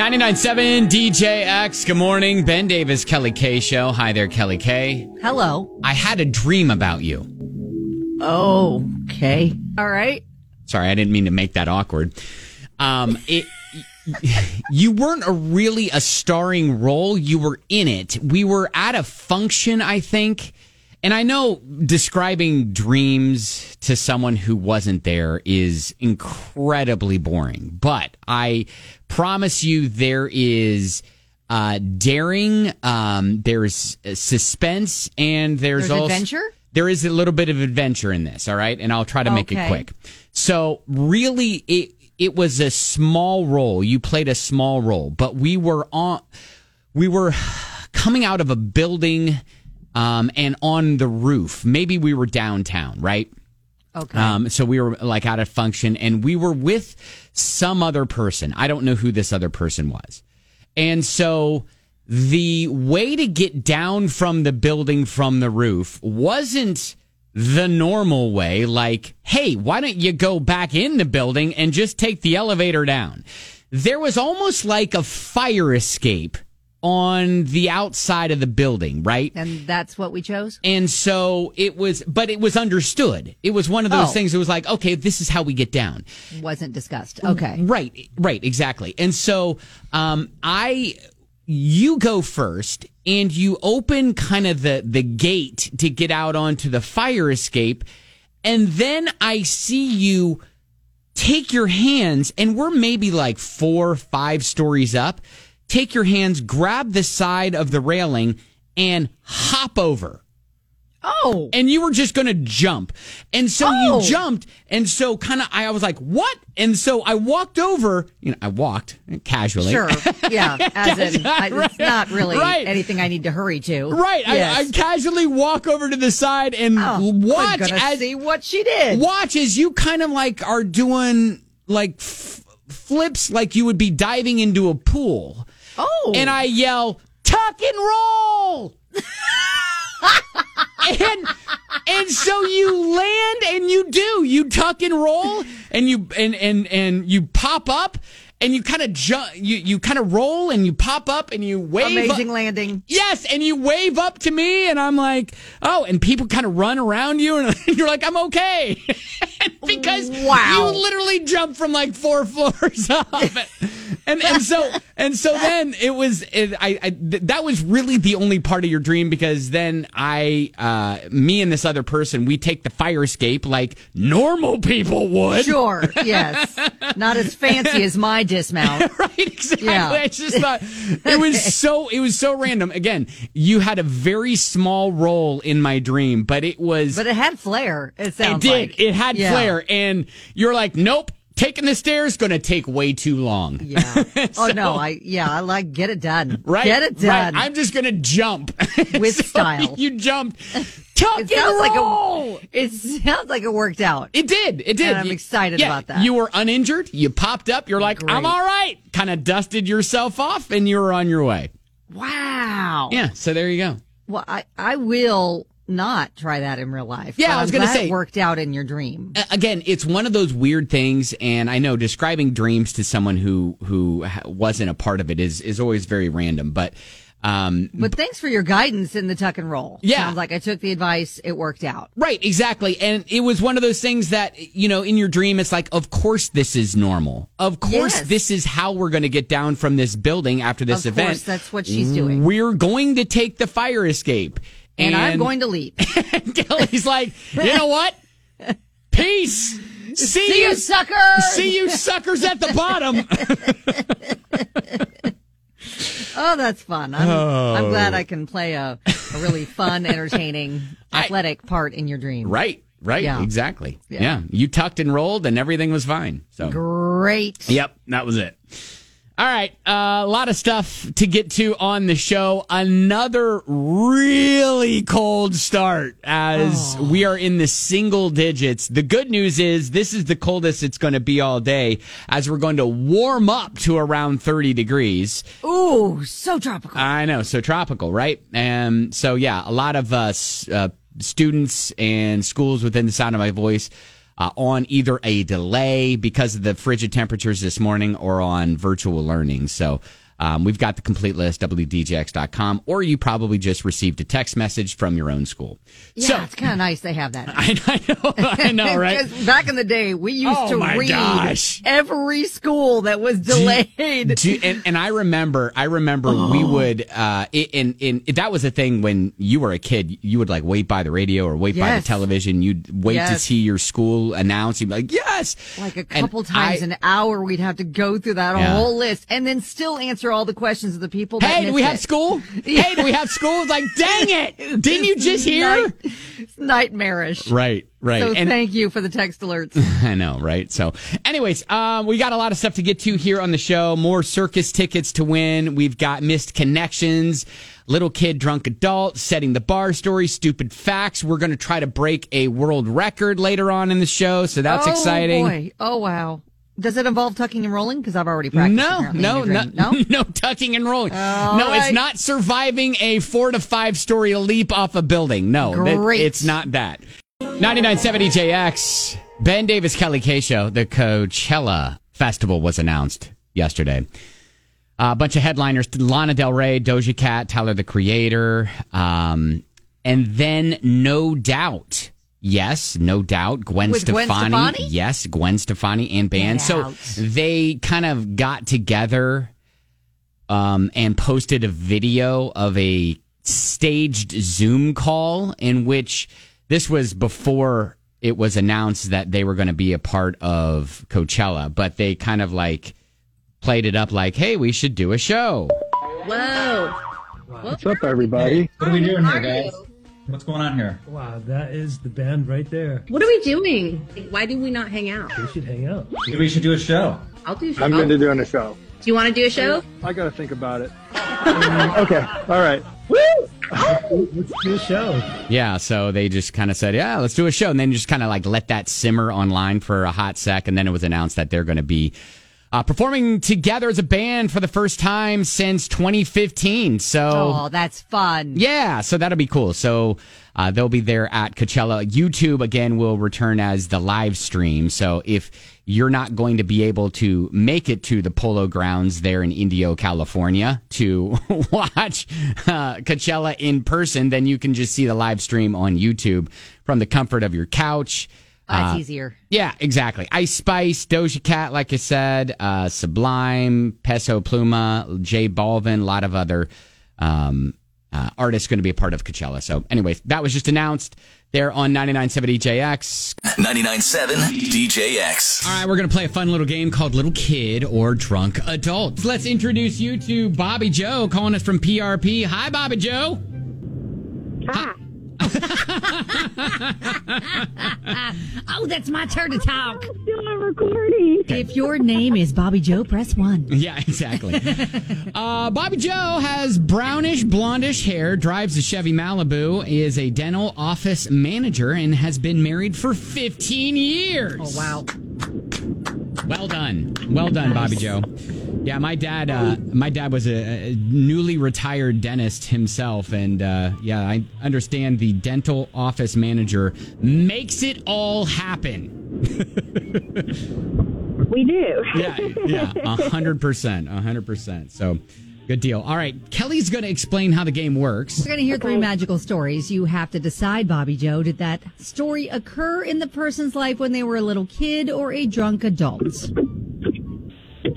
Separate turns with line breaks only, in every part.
997 DJX. Good morning. Ben Davis, Kelly K Show. Hi there, Kelly K.
Hello.
I had a dream about you.
Oh, okay. All right.
Sorry, I didn't mean to make that awkward. Um, it, you weren't a really a starring role. You were in it. We were at a function, I think. And I know describing dreams to someone who wasn't there is incredibly boring, but I promise you there is uh, daring, um, there's suspense, and there's,
There's
also
adventure?
there is a little bit of adventure in this, all right? And I'll try to make it
Okay.
quick. So really it it was a small role. You played a small role, but we were on we were coming out of a building um and on the roof. Maybe we were downtown, right?
Okay.
Um, so we were like at a function and we were with some other person. I don't know who this other person was. And so the way to get down from the building from the roof wasn't the normal way. Like, hey, why don't you go back in the building and just take the elevator down? There was almost like a fire escape on the outside of the building, right?
and that's what we chose?
And so it was, but it was understood. It was one of those
Oh.
things that was like, okay, this is how we get down.
Wasn't discussed.
Mm.
Okay.
Right, right, exactly. And so um, I, you go first, and you open kind of the the gate to get out onto the fire escape, and then I see you take your hands, and we're maybe like four, five stories up. Take your hands, grab the side of the railing, and hop over
Oh.
and you were just going to jump. And so
Oh.
you jumped. And so kind of, I was like, what? And so I walked over, you know, I walked eh, casually.
Sure. Yeah. As in, I, it's not really
Right.
anything I need to hurry to.
Right. I, I
Yes.
casually walk over to the side and
Oh,
watch
We're gonna
as,
see what she did.
watch as you kind of like are doing like f- flips, like you would be diving into a pool.
Oh.
And I yell, tuck and roll. and and so you land and you do you tuck and roll and you and and and you pop up and you kind of jump you you kind of roll and you pop up and you wave
Amazing
up-
landing.
Yes, and you wave up to me, and I'm like, oh, and people kind of run around you, and you're like, I'm okay. because
Wow.
you literally jump from like four floors up. and, and so, and so then it was, it, I, I, th- that was really the only part of your dream because then I, uh, me and this other person, we take the fire escape like normal people would.
Sure. Yes. Not as fancy as my dismount.
right exactly
Yeah.
i just thought it was so it was so random again you had a very small role in my dream but it was
But it had flair, it sounds
it did
like.
it had
Yeah.
flair and you're like nope taking the stairs gonna take way too long
Yeah. Oh no, I yeah, I like get it done.
right
Get it
right.
done.
i'm just gonna jump
With
So
style.
you jumped tuck and
it sounds like
roll.
a, it sounds like it worked out.
It did. It did.
And I'm
You-
excited
yeah,
about that.
You were uninjured. You popped up. You're like, I'm
Great.
all right. Kind of dusted yourself off and you were on your way.
Wow.
Yeah. So there you go.
Well, I, I will not try that in real life.
Yeah,
but
I was
I'm
gonna
glad
say-
it worked out in your dream.
A- again it's one of those weird things and i know describing dreams to someone who who ha- wasn't a part of it is is always very random but um
But thanks for your guidance in the tuck and roll.
Yeah.
Sounds like I took the advice. It worked out.
Right, exactly. And it was one of those things that, you know, in your dream, it's like, of course this is normal. Of course
Yes.
this is how we're going to get down from this building after this
Of
event. Mm-hmm.
course, that's what she's doing.
We're going to take the fire escape.
And, I'm going to leave.
Kelly's like, you know what? Peace. See,
See you, sucker.
See you suckers at the bottom.
Oh, that's fun. I'm,
Oh.
I'm glad I can play a, a really fun, entertaining, athletic part in your dream.
Right, right,
Yeah.
exactly. Yeah.
Yeah.
you tucked and rolled, and everything was fine. So,
Great.
yep, that was it. All right, uh, a lot of stuff to get to on the show. Another really cold start as we are in the single digits. The good news is this is the coldest it's going to be all day as we're going to warm up to around 30 degrees.
Ooh, so tropical.
I know, so tropical, right? Um, And so, yeah, a lot of uh, s- uh, students and schools within the sound of my voice uh, on either a delay because of the frigid temperatures this morning or on virtual learning. So um, we've got the complete list, wdjx.com, or you probably just received a text message from your own school.
Yeah,
so
it's kind of nice they have that.
I, I know, I know, right?
'Cause back in the day, we used
Oh,
to
my
read
gosh.
every school that was delayed. Oh.
Do you- and, and I remember, I remember we would, uh, i- in, in, that was a thing when you were a kid, you would like wait by the radio or wait by the
Yes.
television. You'd wait to
Yes.
see your school announce. You'd be like, yes.
like a
And
couple times
I-
an hour, we'd have to go through that
Yeah.
whole list and then still answer all the questions of the people. that
Hey, do we
missed
have
it.
school? Hey, do we have school? It's like, dang it. Didn't you just hear?
Night- it's nightmarish.
Right, right.
So
and
thank you for the text alerts.
I know, right? So, anyways, um, we got a lot of stuff to get to here on the show. More circus tickets to win. We've got missed connections, little kid, drunk adult, setting the bar story, stupid facts. We're going to try to break a world record later on in the show. So that's
oh,
exciting.
Boy. Oh wow. Does it involve tucking and rolling? Because I've already practiced.
No,
apparently,
no,
in your
no,
dream.
no, tucking and rolling. no, it's
right.
not surviving a four to five story leap off a building. No, that-
Great.
it's not that. 9970 JX, Ben Davis Kelly K Show, the Coachella Festival was announced yesterday. Uh, a bunch of headliners Lana Del Rey, Doja Cat, Tyler the Creator, um, and then No Doubt. Yes, no doubt. Gwen
With Gwen Stefani?
Yes, Gwen Stefani and band.
Get
So
out.
they kind of got together um, and posted a video of a staged Zoom call in which this was before it was announced that they were going to be a part of Coachella, but they kind of like played it up like, hey, we should do a show.
Whoa.
What's up, everybody?
What are we doing here, guys?
you?
What's going on here?
Wow, Uh, that is the band right there.
What are we doing? Like, why do we not hang out?
We should hang out.
We should do a show.
I'll do a show.
I'm into doing a show.
Do you want to do a show?
I gotta think about it. Um, okay, all right. Woo!
Let's do a show.
Yeah, so they just kind of said, yeah, let's do a show. And then just kind of like let that simmer online for a hot sec. And then it was announced that they're going to be uh, performing together as a band for the first time since 2015. So.
Oh, that's fun.
Yeah, so that'll be cool. So uh, they'll be there at Coachella. YouTube again will return as the live stream. So if you're not going to be able to make it to the Polo Grounds there in Indio, California, to watch uh, Coachella in person, then you can just see the live stream on YouTube from the comfort of your couch.
That's
Uh.
easier.
Yeah, exactly. Ice Spice, Doja Cat, like I said, uh, Sublime, Peso Pluma, J Balvin, a lot of other um, uh, artists going to be a part of Coachella. So, anyways, that was just announced there on 9970JX.
997 DJX.
All right, we're going to play a fun little game called Little Kid or Drunk Adult. Let's introduce you to Bobby Joe calling us from PRP. Hi, Bobby Joe.
Oh, that's my turn to talk.
Oh, I'm recording.
If your name is Bobby Joe, press one.
Yeah, exactly. uh, Bobby Joe has brownish, blondish hair, drives a Chevy Malibu, is a dental office manager, and has been married for 15 years.
Oh wow.
Well done, well done, Bobby Joe. Yeah, my dad. Uh, my dad was a, a newly retired dentist himself, and uh, yeah, I understand the dental office manager makes it all happen.
We do.
Yeah, yeah, a hundred percent, a hundred percent. So, good deal. All right, Kelly's going to explain how the game works.
We're going to hear
Oh.
three magical stories. You have to decide, Bobby Joe, did that story occur in the person's life when they were a little kid or a drunk adult?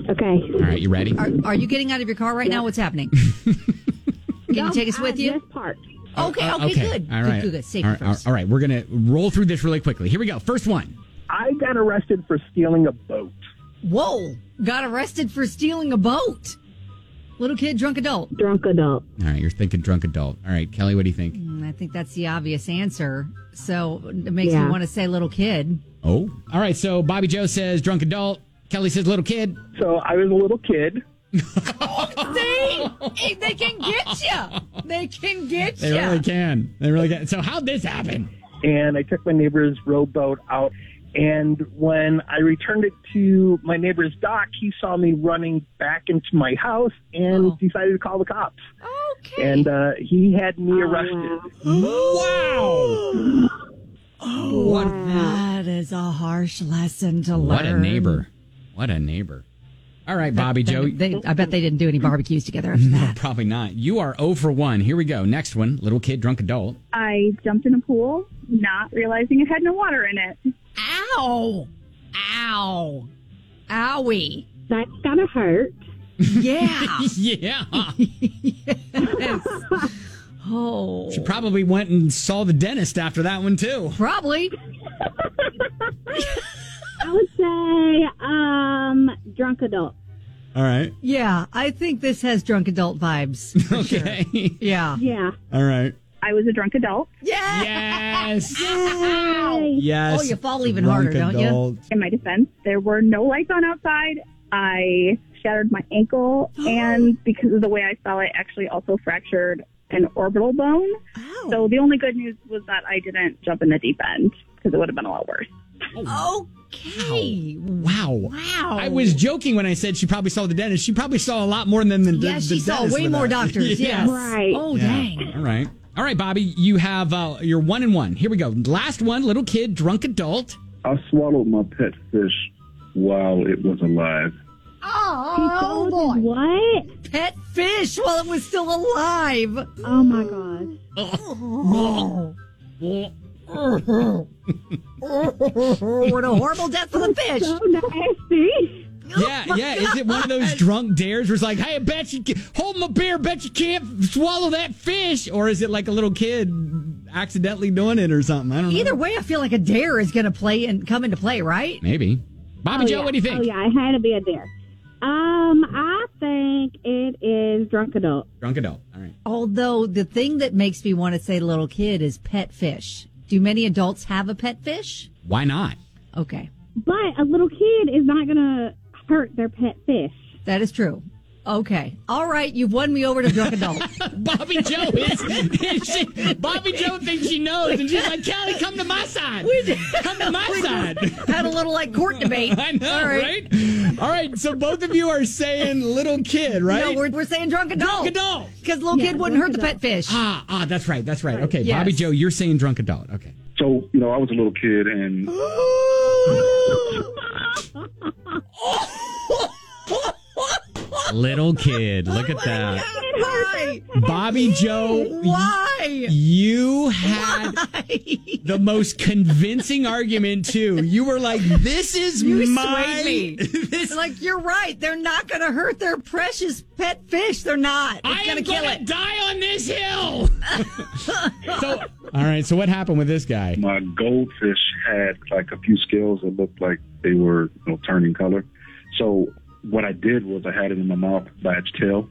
Okay.
All right, you ready?
Are, are you getting out of your car right now? What's happening? Can you take us with you?
Just parked.
Okay, okay, good.
Uh, All right.
Good, good, good. Safety
all, right,
first.
all right, we're going to roll through this really quickly. Here we go. First one.
I got arrested for stealing a boat.
Whoa, got arrested for stealing a boat. Little kid, drunk adult.
Drunk adult.
All right, you're thinking drunk adult. All right, Kelly, what do you think?
Mm, I think that's the obvious answer. So it makes
Yeah.
me want to say little kid.
Oh. All right, so Bobby Joe says drunk adult. Kelly says little kid.
So I was a little kid.
See? Hey, they can get you. They can get
They
you.
really can. They really can. So how'd this happen?
and I took my neighbor's rowboat out. And when I returned it to my neighbor's dock, he saw me running back into my house and
Oh.
decided to call the cops.
Okay.
Oh.
And uh, he had me arrested.
Wow.
That is a harsh lesson to learn.
What a neighbor. What a neighbor. All right, Bobby Joe.
They, I bet they didn't do any barbecues together after that.
Probably not. You are 0 for 1. Here we go. Next one. Little kid, drunk adult.
I jumped in a pool, not realizing it had no water in it.
Ow! Ow! Owie!
That's gonna hurt.
Yeah!
Yeah.
oh.
She probably went and saw the dentist after that one, too.
Probably.
I would say, um, drunk adult.
All right.
Yeah, I think this has drunk adult vibes. for sure.
Okay.
Yeah.
Yeah.
All right.
I was a drunk adult,
Yeah!
Yes.
Ow!
Yes.
Oh, you fall even harder, don't you?
in my defense. There were no lights on outside. I shattered my ankle, and because of the way I fell, I actually also fractured an orbital bone. So the only good news was that I didn't jump in the deep end because it would have been a lot worse.
Okay.
Wow.
Wow.
I was joking when I said she probably saw the dentist. She probably saw a lot more than the, the,
Yeah, she
the
saw
dentist
way
with
more
that.
doctors.
Yeah.
Yes.
Right.
Oh,
Yeah.
dang.
All right. All right, Bobby, you have uh, you're one and one. Here we go. Last one, little kid, drunk adult.
I swallowed my pet fish while it was alive.
Oh, boy.
What?
Pet fish while it was still alive.
Oh my god.
Oh, what a horrible death for the fish.
So nasty.
Yeah, yeah. Is it one of those drunk dares where it's like, hey, I bet you can- hold my beer, bet you can't swallow that fish, or is it like a little kid accidentally doing it or something? I don't know.
Either way, I feel like a dare is going to play and come into play, right?
Maybe. Bobby Joe,
yeah.
what do you think?
Oh yeah, it had to be a dare. Um, I think it is drunk adult.
Drunk adult. All right.
Although the thing that makes me want to say little kid is pet fish. Do many adults have a pet fish?
Why not?
Okay.
But a little kid is not gonna hurt their pet fish.
That is true. Okay. All right. You've won me over to drunk adult.
Bobby Joe is, is she, Bobby Joe thinks she knows, and she's like, Kelly, come to my side. Come to my side.
Had a little like court debate.
I know,
All
right. All right, so both of you are saying little kid, right?
No, we're, we're saying drunk adult.
Drunk adult.
Because little kid wouldn't hurt the pet fish.
Ah, ah, that's right, that's right. Okay,
Yes.
Bobby Joe, you're saying drunk adult. Okay.
So, you know, I was a little kid and
Little kid, look at that.
Why?
Bobby Joe,
Why?
you had the most convincing argument too. You were like, "This is
You
my."
swayed me.
This,
Like you're right. They're not going to hurt their precious pet fish. They're not. It's
I
going
am
to kill
gonna
it.
die on this hill. so, all right. So, what happened with this guy?
my goldfish had like a few scales that looked like they were you know, turning color. So what I did was I had it in my mouth by its tail,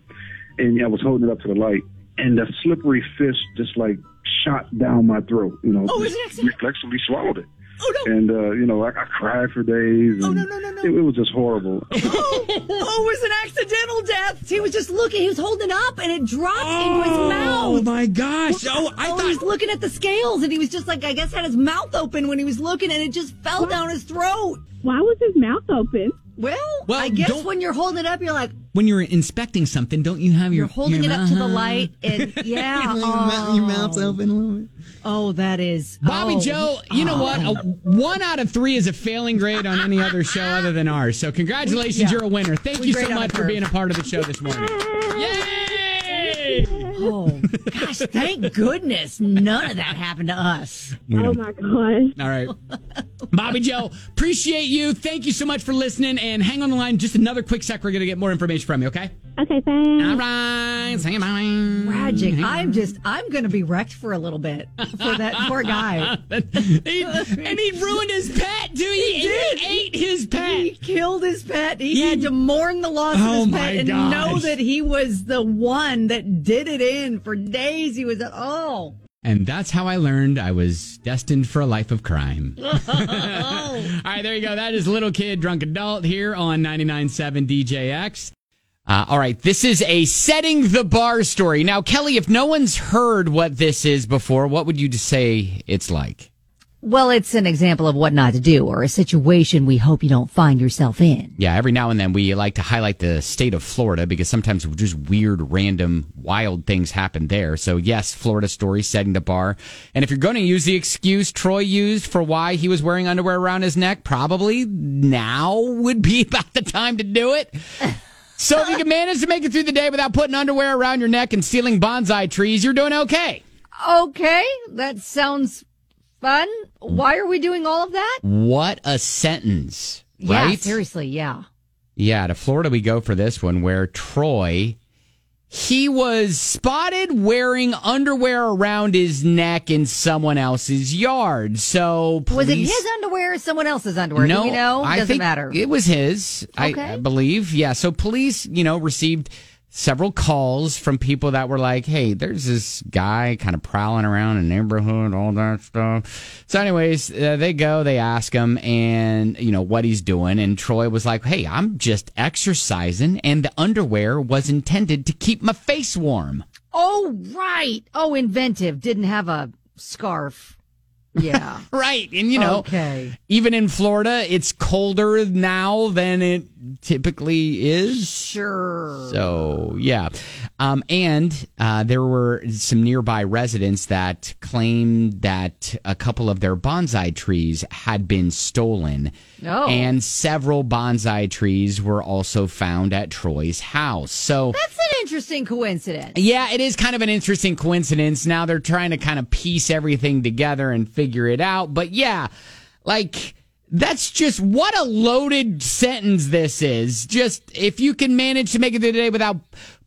and I was holding it up to the light, and the slippery fish just like shot down my throat. You know,
Oh, is
just
it-
reflexively swallowed it.
Oh, no.
And uh, you know, I, I cried for days. And
Oh, no, no, no, no.
It, it was just horrible.
Oh, it was an accidental death. He was just looking. He was holding up, and it dropped into his
Oh
mouth.
my gosh! Oh, I
oh, he was
thought.
looking at the scales, and he was just like, I guess, had his mouth open when he was looking, and it just fell down his throat.
Why was his mouth open?
Well,
Well,
I guess
don't-
when you're holding it up, you're like,
When you're inspecting something, don't you have your
you're holding it
your- uh-huh.
up to the light, and yeah, oh,
open a little bit.
Oh, that is
Bobby
oh.
Joe, you know what? A, one out of three is a failing grade on any other show other than ours. So congratulations,
Yeah.
you're a winner. Thank
We
you so
grade on
much for
her.
being a part of the show this morning. Yay!
Oh gosh, thank goodness none of that happened to us.
Oh my gosh.
All right. Bobby Joe, appreciate you. Thank you so much for listening. And hang on the line just another quick sec. We're going to get more information from you, okay?
Okay, thanks.
All right. Hang on.
Tragic.
Mm-hmm.
I'm just I'm gonna be wrecked for a little bit for that poor guy.
He- and he ruined his pet, dude. He,
did.
ate his
He
pet.
killed his pet. He,
He-
had to mourn the loss
Oh,
of his
my
pet and
gosh.
know that he was the one that did it in for days. He was oh
And that's how I learned I was destined for a life of crime. All right, there you go. That is Little Kid Drunk Adult here on 99.7 DJX. Uh, all right, this is a setting the bar story. Now, Kelly, if no one's heard what this is before, what would you say it's like?
Well, it's an example of what not to do or a situation we hope you don't find yourself in.
Yeah, every now and then we like to highlight the state of Florida because sometimes just weird, random, wild things happen there. So, yes, Florida story setting the bar. And if you're going to use the excuse Troy used for why he was wearing underwear around his neck, probably now would be about the time to do it. So, if you can manage to make it through the day without putting underwear around your neck and stealing bonsai trees, you're doing okay.
Okay, that sounds fun. Why are we doing all of that?
What a sentence,
Yeah,
right?
seriously, yeah.
Yeah, to Florida we go for this one where Troy he was spotted wearing underwear around his neck in someone else's yard. So
Was it
police-
his underwear or someone else's underwear?
No,
Do you know?
I
Doesn't
think
matter.
It was his, I-
Okay.
I believe. Yeah. So police, you know, received several calls from people that were like, "Hey, there's this guy kind of prowling around in the neighborhood, all that stuff." So, anyways, uh, they go, they ask him, and you know what he's doing, and Troy was like, "Hey, I'm just exercising, and the underwear was intended to keep my face warm."
oh, right. Oh, inventive. Didn't have a scarf. Yeah.
Right, and you know,
Okay.
even in Florida, it's colder now than it typically is.
Sure.
So yeah, um, and uh, there were some nearby residents that claimed that a couple of their bonsai trees had been stolen,
Oh.
and several bonsai trees were also found at Troy's house. So.
That's an interesting coincidence.
yeah, it is kind of an interesting coincidence. Now they're trying to kind of piece everything together and figure it out. But yeah, like that's just what a loaded sentence this is. Just if you can manage to make it through the day without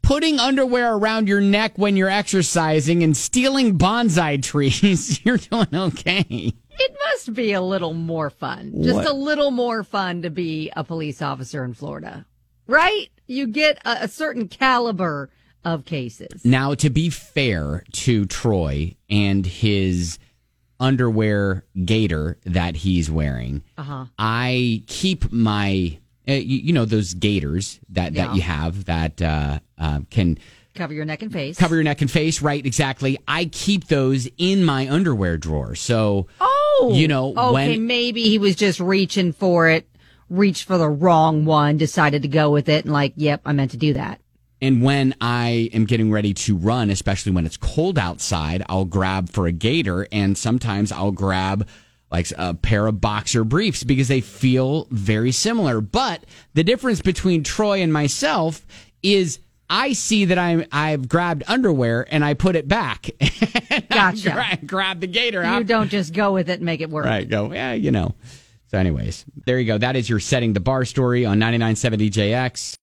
putting underwear around your neck when you're exercising and stealing bonsai trees, you're doing okay.
It must be a little more fun. Just a little more fun to be a police officer in Florida, right? You get a, a certain caliber of cases.
Now, to be fair to Troy and his underwear gator that he's wearing,
Uh-huh.
I keep my, uh, you, you know, those gaiters that,
Yeah.
that you have that uh, uh, can
Cover your neck and face.
cover your neck and face, right? Exactly. I keep those in my underwear drawer. So,
Oh,
you know,
okay.
when-
maybe he was just reaching for it, reached for the wrong one, decided to go with it, and like, yep, I meant to do that.
And when I am getting ready to run, especially when it's cold outside, I'll grab for a gator and sometimes I'll grab like a pair of boxer briefs because they feel very similar. But the difference between Troy and myself is I see that I'm I've grabbed underwear and I put it back.
Gotcha.
I grab the gator.
You
I'm-
don't just go with it and make it work.
Right. Go, yeah, you know. So, anyways, there you go. That is your setting the bar story on 9970 JX.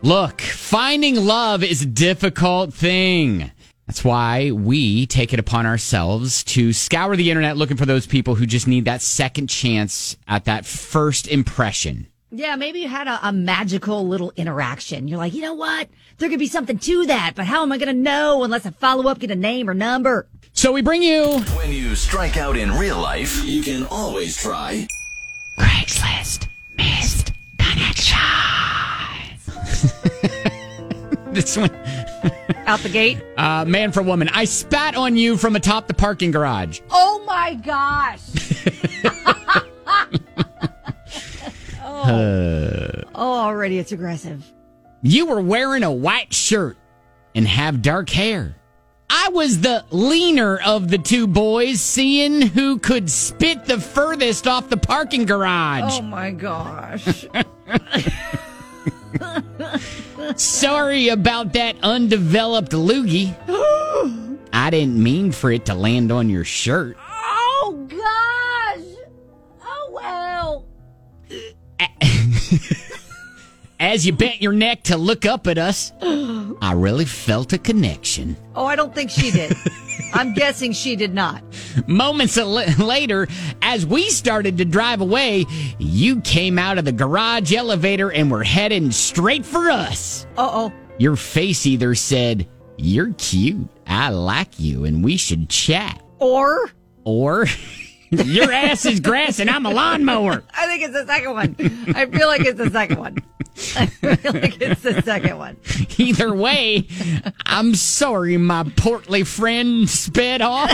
Look, finding love is a difficult thing. That's why we take it upon ourselves to scour the internet looking for those people who just need that second chance at that first impression.
Yeah, maybe you had a, a magical little interaction. You're like, you know what? There could be something to that, but how am I going to know unless I follow up, get a name or number?
So, we bring you
When you strike out in real life, you can always try.
Craigslist Missed Connection. this one.
Out the gate.
Oh
Uh, man for woman, I spat on you from atop the parking garage.
Oh my gosh. oh. oh, already it's aggressive.
You were wearing a white shirt and have dark hair. I was the leaner of the two boys, seeing who could spit the furthest off the parking garage.
Oh my gosh.
Sorry about that undeveloped loogie. I didn't mean for it to land on your shirt.
oh gosh. Oh well.
As you bent your neck to look up at us, I really felt a connection.
Oh, I don't think she did. I'm guessing she did not.
Moments al- later, as we started to drive away, you came out of the garage elevator and were heading straight for us.
Uh oh.
Your face either said, You're cute, I like you, and we should chat,
Or
or Your ass is grass and I'm a lawnmower.
I think it's the second one. I feel like it's the second one. like it's the second one.
Either way, I'm sorry, my portly friend sped off.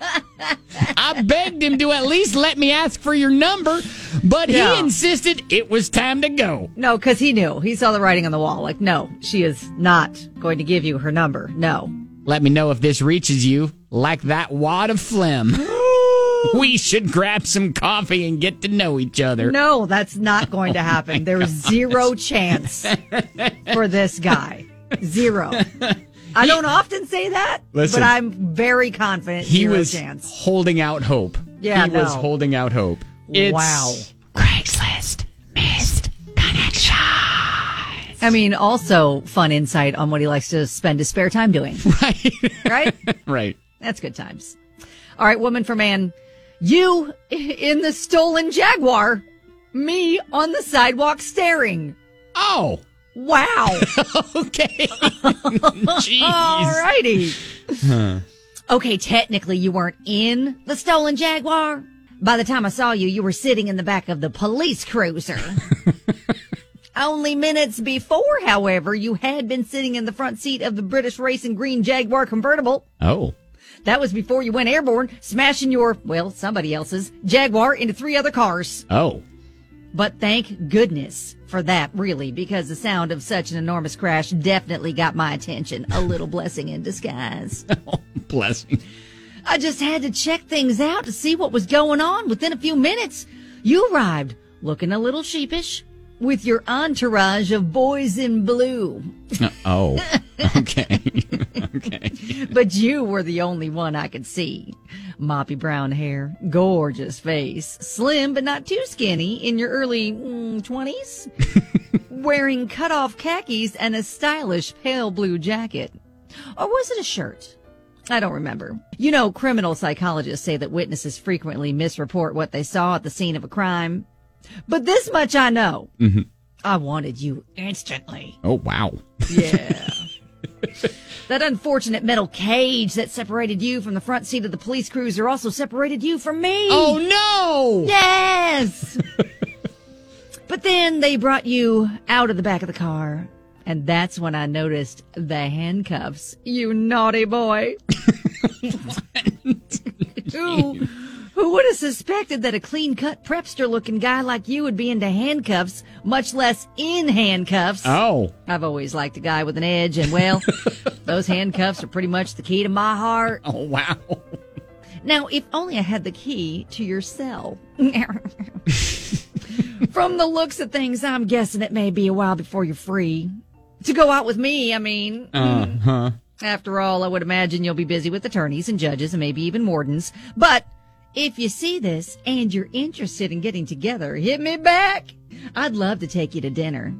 I begged him to at least let me ask for your number, but
Yeah.
he insisted it was time to go.
No, because he knew. He saw the writing on the wall. Like, no, she is not going to give you her number. No.
Let me know if this reaches you like that wad of phlegm. we should grab some coffee and get to know each other.
No, that's not going
Oh
to happen. There is zero chance for this guy. Zero. I don't often say that,
Listen.
but I'm very confident.
he
zero
was
chance.
holding out hope.
Yeah,
he was
no.
holding out hope.
Wow.
Craigslist missed connection.
I mean, also fun insight on what he likes to spend his spare time doing,
Right.
right?
right.
That's good times. All right, woman for man. You in the stolen Jaguar, me on the sidewalk staring.
Oh.
Wow.
Okay. Jeez.
Alrighty. Okay, technically you weren't in the stolen Jaguar. By the time I saw you, you were sitting in the back of the police cruiser. Only minutes before, however, you had been sitting in the front seat of the British Racing Green Jaguar convertible.
Oh.
That was before you went airborne, smashing your, well, somebody else's Jaguar into three other cars.
Oh.
But thank goodness for that, really, because the sound of such an enormous crash definitely got my attention. A little blessing in disguise.
Blessing.
I just had to check things out to see what was going on. Within a few minutes, you arrived looking a little sheepish with your entourage of boys in blue.
Oh. Okay.
But you were the only one I could see. Moppy brown hair, gorgeous face, slim but not too skinny in your early mm, 20s, wearing cutoff khakis and a stylish pale blue jacket. Or was it a shirt? I don't remember. You know, criminal psychologists say that witnesses frequently misreport what they saw at the scene of a crime. But this much I know. I wanted you instantly.
Oh wow.
Yeah. that unfortunate metal cage that separated you from the front seat of the police cruiser also separated you from me.
Oh no.
yes. but then they brought you out of the back of the car. And that's when I noticed the handcuffs, you naughty boy. who, who would have suspected that a clean cut prepster looking guy like you would be into handcuffs, much less in handcuffs?
Oh.
I've always liked a guy with an edge, and well, those handcuffs are pretty much the key to my heart.
Oh wow.
Now, if only I had the key to your cell. From the looks of things, I'm guessing it may be a while before you're free. To go out with me, I mean. Hmm.
Huh.
After all, I would imagine you'll be busy with attorneys and judges and maybe even wardens. But if you see this and you're interested in getting together, hit me back. I'd love to take you to dinner.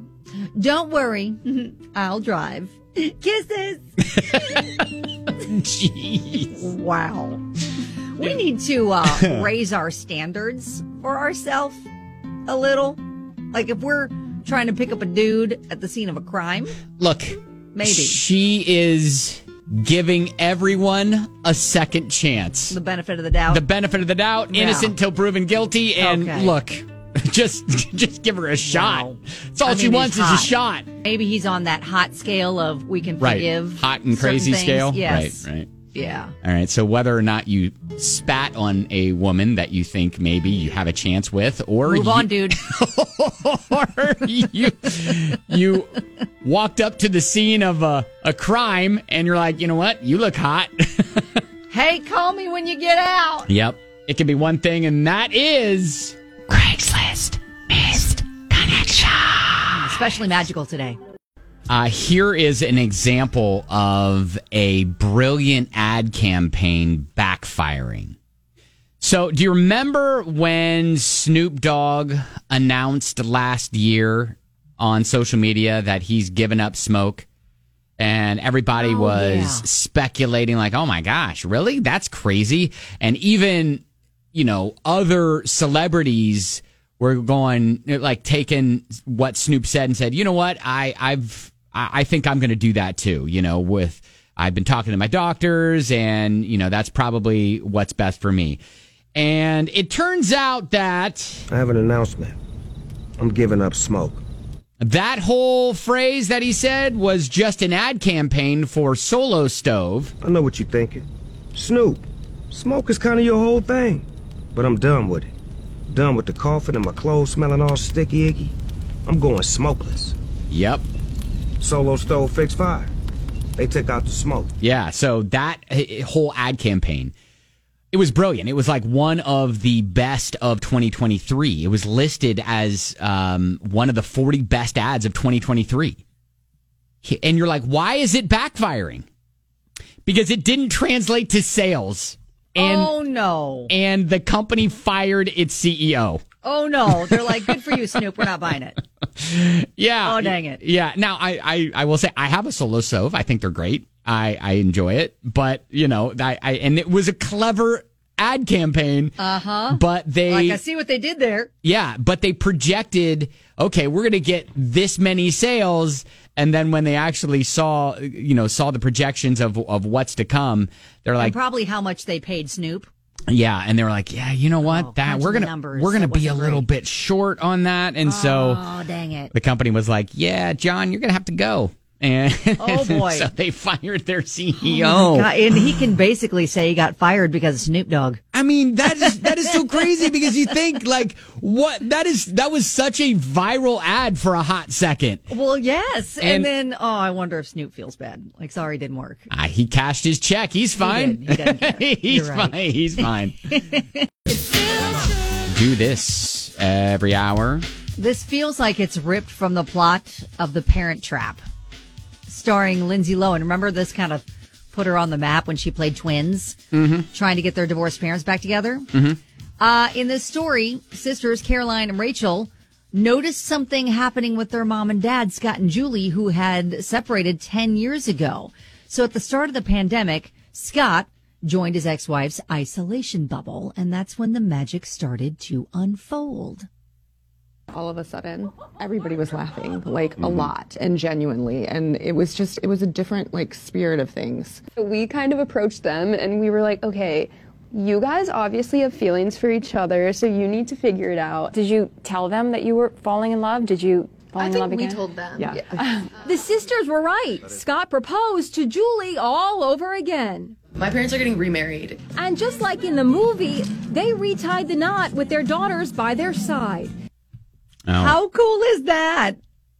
Don't worry, I'll drive. Kisses.
Jeez.
Wow. We need to uh, raise our standards for ourselves a little. Like if we're trying to pick up a dude at the scene of a crime,
Look.
maybe
She is giving everyone a second chance.
the benefit of the doubt.
the benefit of the doubt,
Yeah.
innocent till proven guilty, and
Okay.
look, just just give her a shot.
Wow.
That's all
I
she
mean,
wants
he's
is a
hot.
shot.
Maybe he's on that hot scale of we can
Right.
forgive.
Hot and
certain
crazy
things.
scale.
Yes.
Right, right.
Yeah.
All right. So whether or not you spat on a woman that you think maybe you have a chance with, or
Move
you,
on, dude.
or you you walked up to the scene of a, a crime and you're like, you know what? You look hot.
hey, call me when you get out.
Yep. It can be one thing, and that is Craigslist missed connection.
Especially magical today.
Uh, here is an example of a brilliant ad campaign backfiring. So, do you remember when Snoop Dogg announced last year on social media that he's given up smoke? And everybody
Oh,
was
yeah.
speculating, like, oh my gosh, really? That's crazy. And even, you know, other celebrities were going, like, taking what Snoop said and said, you know what? I, I've, I I think I'm going to do that too, you know, with, I've been talking to my doctors and, you know, that's probably what's best for me. And it turns out that
I have an announcement. I'm giving up smoke.
That whole phrase that he said was just an ad campaign for Solo Stove.
I know what you're thinking. Snoop, smoke is kind of your whole thing. But I'm done with it. Done with the coughing and my clothes smelling all sticky icky. I'm going smokeless.
Yep.
Solo stove fixed fire. They took out the smoke.
Yeah, so that h- whole ad campaign, it was brilliant. It was like one of the best of 2023. It was listed as um, one of the 40 best ads of 2023. He- And you're like, why is it backfiring? Because it didn't translate to sales. And,
oh no!
And the company fired its E CEO.
Oh no! They're like, good for you, Snoop. We're not buying it.
Yeah.
Oh, dang it.
Yeah. Now I, I, I will say I have a solo stove. I think they're great. I, I enjoy it. But you know, I, I and it was a clever ad campaign.
Uh huh.
But they
like I see what they did there.
Yeah, but they projected, okay, we're going to get this many sales and then when they actually saw, you know, saw the projections of of what's to come, they're
and
like,
probably how much they paid Snoop.
yeah, and they're like, yeah, you know what? that
Oh, crunching
we're going
the
to
numbers.
we're going to
That
be a
wasn't
little bit short on that. And so
oh dang it!
the company was like, "Yeah, John, you're gonna have to go." And
Oh, boy.
so they fired their E CEO.
Oh my God, and he can basically say he got fired because of Snoop Dogg.
I mean, that is that is so crazy because you think like what that is that was such a viral ad for a hot second.
Well, yes, and,
And-
then oh, I wonder if Snoop feels bad. Like, sorry, didn't work.
Ah, he cashed his check. He's fine.
did. He doesn't
He's
You're right.
fine. He's fine. Do this every hour.
This feels like it's ripped from the plot of The Parent Trap, starring Lindsay Lohan. Remember this kind of put her on the map when she played twins, trying to get their divorced parents back together. Uh, in this story, sisters Caroline and Rachel noticed something happening with their mom and dad, Scott and Julie, who had separated 10 years ago. So at the start of the pandemic, Scott joined his ex-wife's isolation bubble, and that's when the magic started to unfold.
all of a sudden everybody was laughing like
Mm-hmm.
a lot and genuinely and it was just it was a different like spirit of things
We kind of approached them and we were like, okay, you guys obviously have feelings for each other, so you need to figure it out. Did you tell them that you were falling in love? Did you fall
I
in
think
love
we
again?
told them.
Yeah.
The sisters were right. Scott proposed to Julie all over again. My parents are getting remarried. And just like in the movie, they retied the knot with their daughters by their side.
Oh.
How cool is that?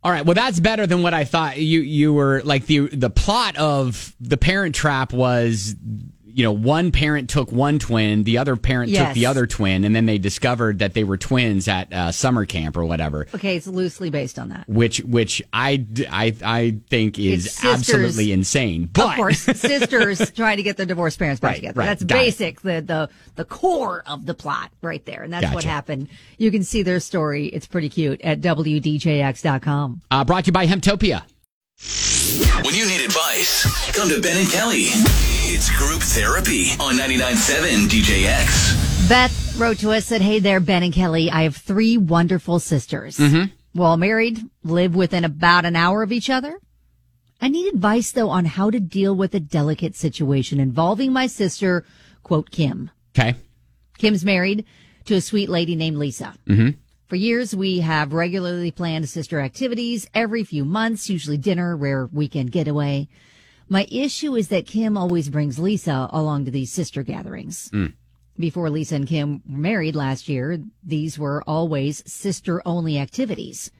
All right. Well, that's better than what I thought. You you were like the the plot of the Parent Trap was, you know, one parent took one twin, the other parent took
Yes.
the other twin, and then they discovered that they were twins at uh, summer camp or whatever.
Okay, it's loosely based on that.
Which which I d- I I think
It's
is
sisters.
absolutely insane. But
of course, sisters trying to get their divorced parents back
Right,
together.
right,
that's
got it.
basic, the, the the core of the plot right there. And that's what
Gotcha.
happened. You can see their story. It's pretty cute at WDJX.com.
uh, brought to you by Hemptopia.
When you need advice, come to Ben and Kelly. It's group therapy on 99.7 DJX.
Beth wrote to us, said, Hey there, Ben and Kelly. I have three wonderful sisters.
Mhm.
Well married, live within about an hour of each other. I need advice though on how to deal with a delicate situation involving my sister, quote Kim.
Okay.
Kim's married to a sweet lady named Lisa.
Mm-hmm.
For years, we have regularly planned sister activities every few months, usually dinner, rare weekend getaway. My issue is that Kim always brings Lisa along to these sister gatherings. Before Lisa and Kim were married last year, these were always sister only activities.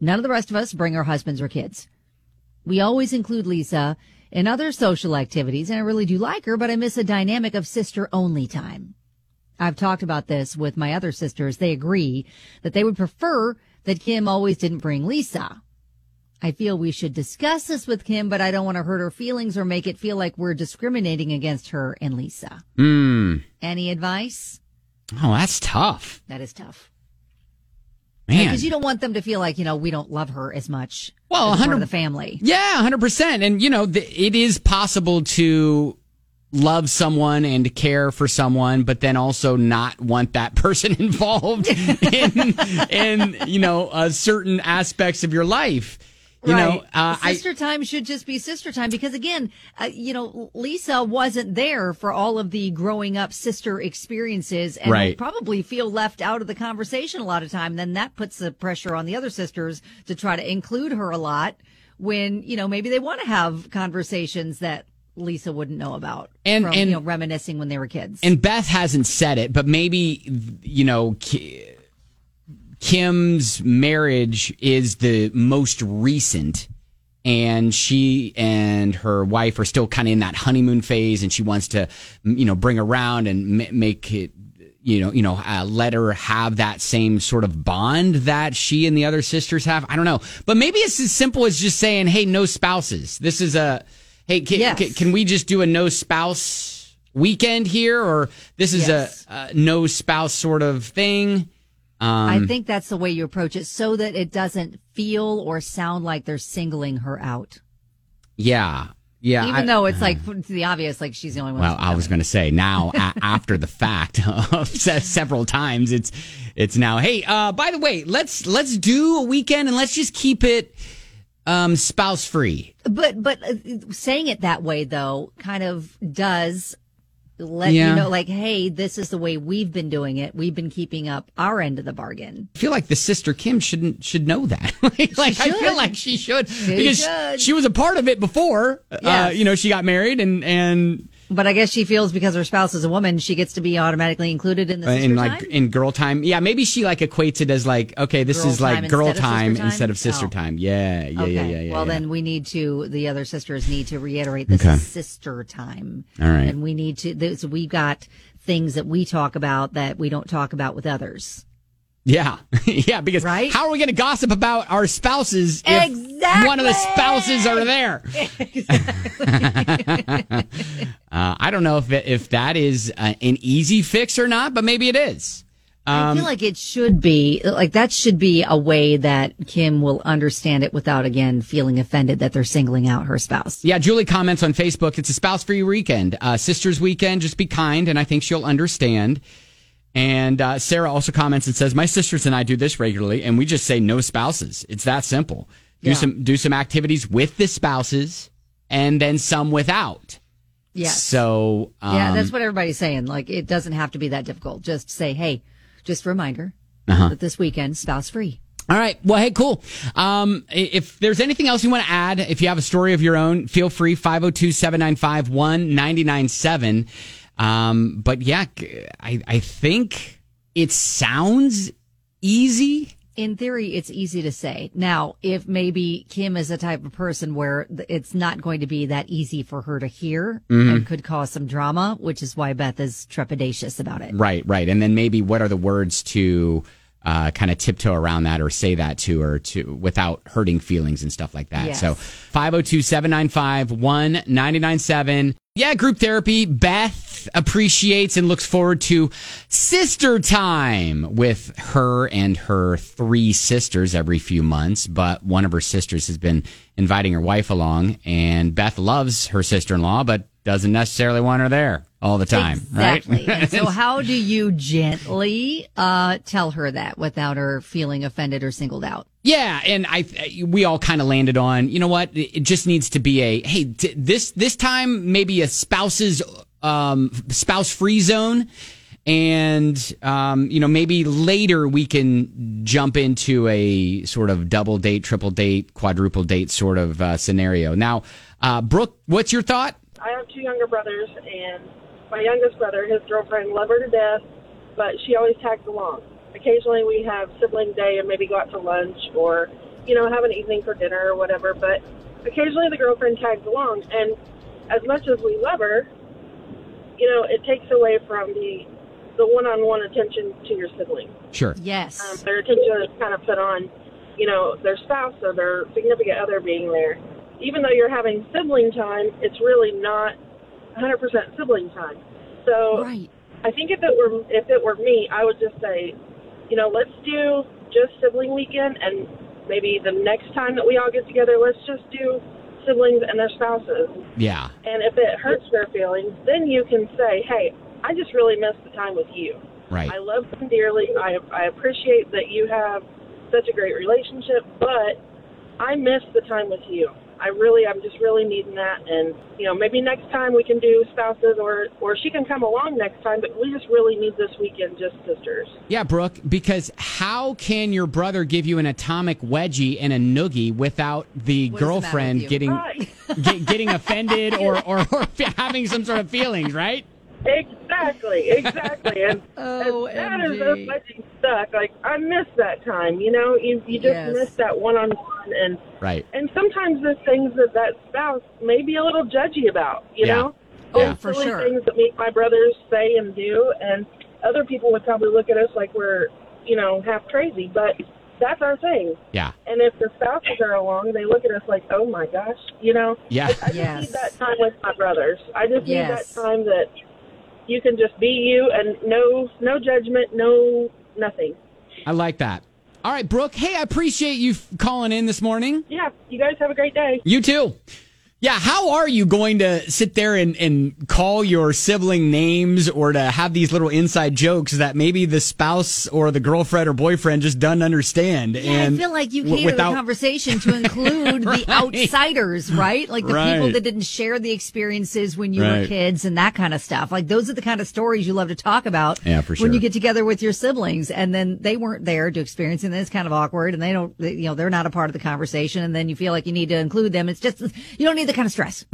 None of the rest of us bring our husbands or kids. We always include Lisa in other social activities, and I really do like her, but I miss a dynamic of sister only time. I've talked about this with my other sisters. They agree that they would prefer that Kim always didn't bring Lisa. I feel we should discuss this with Kim, but I don't want to hurt her feelings or make it feel like we're discriminating against her and Lisa.
Mm.
Any advice?
Oh, that's tough,
That is tough.
man.
Because you don't want them to feel like, you know, we don't love her as much.
Well,
as part of
100
the family.
Yeah, hundred percent. And you know, th- it is possible to love someone and to care for someone, but then also not want that person involved in, in you know uh, certain aspects of your life. You know, uh, I
sister time should just be sister time because again, uh, you know, Lisa wasn't there for all of the growing up sister experiences and
Right.
will probably feel left out of the conversation a lot of time. Then that puts the pressure on the other sisters to try to include her a lot when, you know, maybe they want to have conversations that Lisa wouldn't know about
And-
from,
and-
you know, reminiscing when they were kids.
and Beth hasn't said it, but maybe you know Ki- Kim's marriage is the most recent and she and her wife are still kind of in that honeymoon phase and she wants to you know bring around and ma- make it you know you know uh, let her have that same sort of bond that she and the other sisters have i don't know but maybe it's as simple as just saying hey no spouses this is a hey can, can, can we just do a no spouse weekend here or this is a, a no spouse sort of thing um,
I think that's the way you approach it so that it doesn't feel or sound like they're singling her out.
yeah yeah
Even
I- Uh-huh.
though it's like to the obvious, like she's the only one.
Well, I was going to say now a- after the fact of se- several times it's it's now hey uh by the way let's let's do a weekend and let's just keep it um spouse free.
But but uh, saying it that way though kind of does let
Yeah.
you know like hey this is the way we've been doing it we've been keeping up our end of the bargain
I feel like the sister Kim shouldn't should know that. like I feel like she should because
should.
she was a part of it before. Uh
Yes.
you know she got married and and
but i guess she feels because her spouse is a woman she gets to be automatically included in the sister
Uh, in like
time?
in girl time. Yeah, maybe she like equates it as like okay this
Girl
is like
time
girl
instead of sister
time,
time?
instead of sister
Oh.
time. Yeah, yeah, yeah,
okay
yeah, yeah.
well
yeah.
then we need to the other sisters need to reiterate this
Okay.
is sister time
All right.
and we need to this, we've got things that we talk about that we don't talk about with others
Yeah. yeah, because how are we going to gossip about our spouses if
Exactly.
one of the spouses are there? uh, I don't know if it, if that is uh, an easy fix or not, but maybe it is.
I feel like it should be like that should be a way that Kim will understand it without again feeling offended that they're singling out her spouse.
Yeah, Julie comments on Facebook. It's a spouse free weekend, uh, sisters weekend. Just be kind, and I think she'll understand. And uh, Sarah also comments and says, "My sisters and I do this regularly, and we just say no spouses. It's that simple. Do
Yeah.
some do some activities with the spouses, and then some without.
Yes.
So um,
yeah, that's what everybody's saying. Like it doesn't have to be that difficult. Just say, hey, just a reminder
Uh-huh.
that this weekend spouse free.
All right. Well, hey, cool. Um, i- if there's anything else you want to add, if you have a story of your own, feel free 502 795 1997. Um, but yeah, g- I, I think it sounds easy.
In theory, it's easy to say. Now, if maybe Kim is a type of person where th- it's not going to be that easy for her to hear
Mhm.
and could cause some drama, which is why Beth is trepidatious about it.
Right, right. And then maybe what are the words to uh, kind of tiptoe around that or say that to her to without hurting feelings and stuff like that.
Yes.
So 502 795 1997. Yeah, group therapy. Beth appreciates and looks forward to sister time with her and her three sisters every few months. But one of her sisters has been inviting her wife along, and Beth loves her sister in law, but doesn't necessarily want her there all the time.
Exactly.
Right?
And so, how do you gently uh, tell her that without her feeling offended or singled out?
Yeah, and I we all kind of landed on you know what it just needs to be a hey t- this this time maybe a spouse's um, spouse free zone, and um, you know maybe later we can jump into a sort of double date, triple date, quadruple date sort of uh, scenario. Now, uh, Brooke, what's your thought?
I have two younger brothers, and my youngest brother, his girlfriend, loved her to death, but she always tags along. Occasionally, we have sibling day and maybe go out to lunch or, you know, have an evening for dinner or whatever. But occasionally, the girlfriend tags along, and as much as we love her, you know, it takes away from the the one-on-one attention to your sibling.
Sure.
Yes.
Um, their attention is kind of put on, you know, their spouse or their significant other being there. Even though you're having sibling time, it's really not 100% sibling time. So I think if it were if it were me, I would just say, you know, let's do just sibling weekend, and maybe the next time that we all get together, let's just do siblings and their spouses.
Yeah,
And if it hurts their feelings, then you can say, hey, I just really miss the time with you.
Right.
I love them dearly. I, I appreciate that you have such a great relationship, but I miss the time with you. I really, I'm just really needing that. And, you know, maybe next time we can do spouses or, or she can come along next time, but we just really need this weekend just sisters.
Yeah, Brooke, because how can your brother give you an atomic wedgie and a noogie without the
What is the matter with
girlfriend
you?
getting
Right.
get, getting offended or, or, or having some sort of feelings, right?
Exactly, exactly. And as bad as those
OMG.
legends suck, like I miss that time. You know, you you just
Yes.
miss that one on one, and
Right.
and sometimes there's things that that spouse may be a little judgy about. You
Yeah.
know,
Oh,
There's
for
silly
sure.
Things that me and my brothers say and do, and other people would probably look at us like we're you know half crazy, but that's our thing.
Yeah.
And if the spouses are along, they look at us like, oh my gosh, you know.
Yeah.
I just need that time with my brothers. I just need
Yes.
that time that you can just be you and no no judgment, no nothing.
I like that. All right, Brooke. Hey, I appreciate you f- calling in this morning.
Yeah, you guys have a great day.
You too. Yeah, how are you going to sit there and, and call your sibling names or to have these little inside jokes that maybe the spouse or the girlfriend or boyfriend just doesn't understand?
Yeah,
and
I feel like you
w-
catered the
without,
conversation to include
Right.
the outsiders, right? Like the people
Right.
that didn't share the experiences when you were
Right.
kids and that kind of stuff. Like those are the kind of stories you love to talk about
Yeah, for
when
sure.
you get together with your siblings and then they weren't there to experience it and then it's kind of awkward and they don't, they- you know, they're not a part of the conversation and then you feel like you need to include them. It's just, you don't need the kind of stress.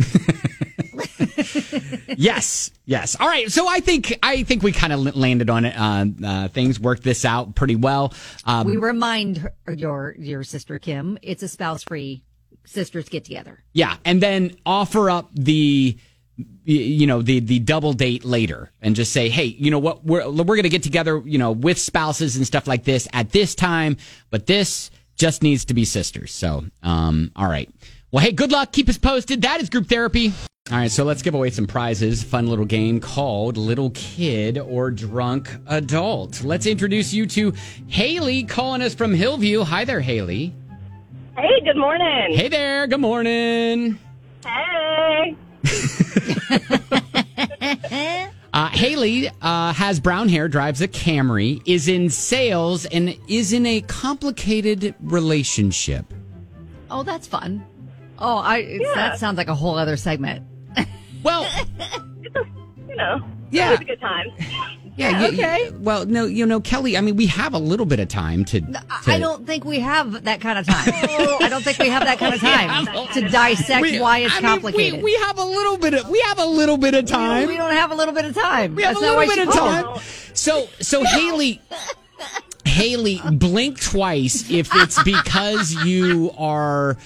yes, yes. All right. So I think I think we kind of landed on it. Uh, uh, things worked this out pretty well. Um,
we remind her, your, your sister Kim, it's a spouse free sisters get together.
Yeah, and then offer up the y- you know the the double date later and just say hey you know what we're we're going to get together you know with spouses and stuff like this at this time but this just needs to be sisters so um all right well hey good luck keep us posted that is group therapy all right so let's give away some prizes fun little game called little kid or drunk adult let's introduce you to haley calling us from hillview hi there haley
Hey, good morning.
hey there good morning
Hey.
Uh, Haley uh, has brown hair, drives a Camry, is in sales, and is in a complicated relationship.
Oh, that's fun. Oh, I it's, that sounds like a whole other segment.
well,
You know.
Yeah.
It was a good time.
you- you- well, no, you know, Kelly. I mean, we have a little bit of time to. to-
I don't think we have that kind of time. I don't think we have that kind of time to dissect
We-
why it's
I mean, we-
complicated.
we have a little bit of we have a little bit of time.
We don't have a little bit of time.
We have
That's
a
not
little bit
why
of
she called.
time. So, so Haley, Haley, blink twice if it's because you are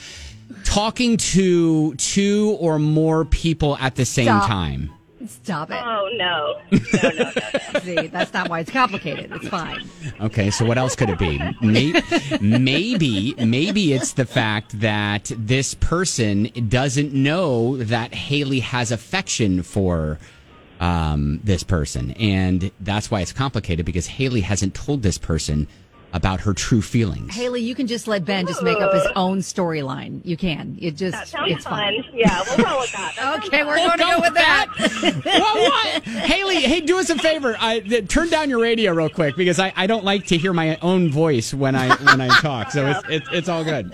talking to two or more people at the same
Stop.
time.
Stop it.
Uh.
Oh no.
See, that's not why it's complicated. It's fine.
Okay, so what else could it be? Maybe, maybe, maybe it's the fact that this person doesn't know that Haley has affection for um, this person, and that's why it's complicated because Haley hasn't told this person about her true feelings.
Haley, you can just let Ben just make up
Uh.
his own storyline. You can. It just
That sounds
it's
fun.
fine.
Yeah, we'll go with that.
Okay, we're going to go with that.
Well, what? Haley, hey, do us a favor. I, th- turn down your radio real quick because I, I don't like to hear my own voice when I when I talk. So it's it's, it's all good.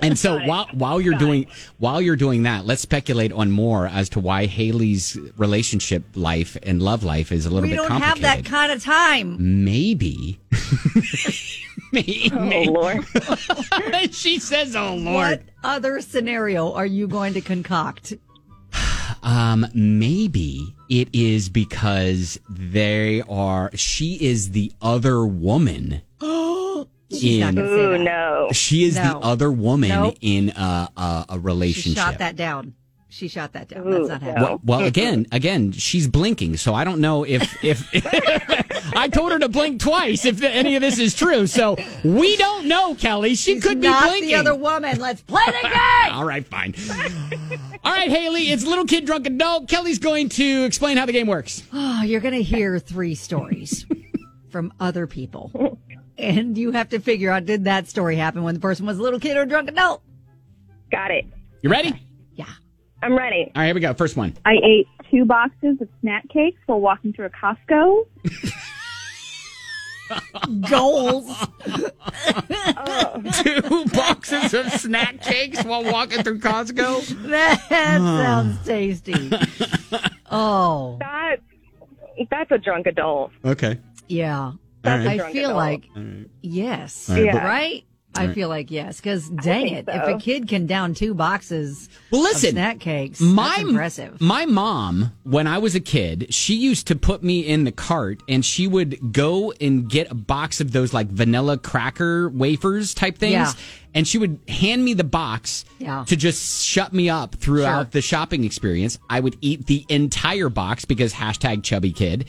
And so while while you're doing while you're doing that, let's speculate on more as to why Haley's relationship life and love life is a little bit
We don't have
complicated. Mm.
that kind of time.
Maybe. Maybe.
Oh.
Oh, Lord.
she says, "Oh
What other scenario are you going to concoct?
Um, maybe it is because they are. She is the other woman.
She's not gonna say
Ooh,
that.
no.
She is the
No.
other woman
Nope.
in a, a, a
She
relationship.
shot that down. She shot that down.
Ooh,
That's not happening.
Well, well, again, again, she's blinking, so I don't know if if I told her to blink twice. If any of this is true, so we don't know, Kelly. She could be
not
blinking.
the other woman. Let's play the game.
All right, fine. All right, Haley, it's little kid drunk adult. Kelly's going to explain how the game works.
Oh, you're going to hear three stories from other people. And you have to figure out did that story happen when the person was a little kid or a drunk adult?
Got it.
You ready?
I'm ready.
All right, here we go. First one.
I ate two boxes of snack cakes while walking through a Costco.
Goals.
Two boxes of snack cakes while walking through Costco.
That
Ah.
sounds tasty. Oh.
That, that's a drunk adult.
Okay.
Yeah.
All right.
I feel like yes,
All right, Yeah. but-
right?
All
I
right.
feel like yes, because dang it, if
so.
a kid can down two boxes
well, listen,
of snack cakes,
my,
that's impressive.
My mom, when I was a kid, she used to put me in the cart and she would go and get a box of those like vanilla cracker wafers type things.
Yeah.
And she would hand me the box
Yeah.
to just shut me up throughout the shopping experience. I would eat the entire box because hashtag chubby kid.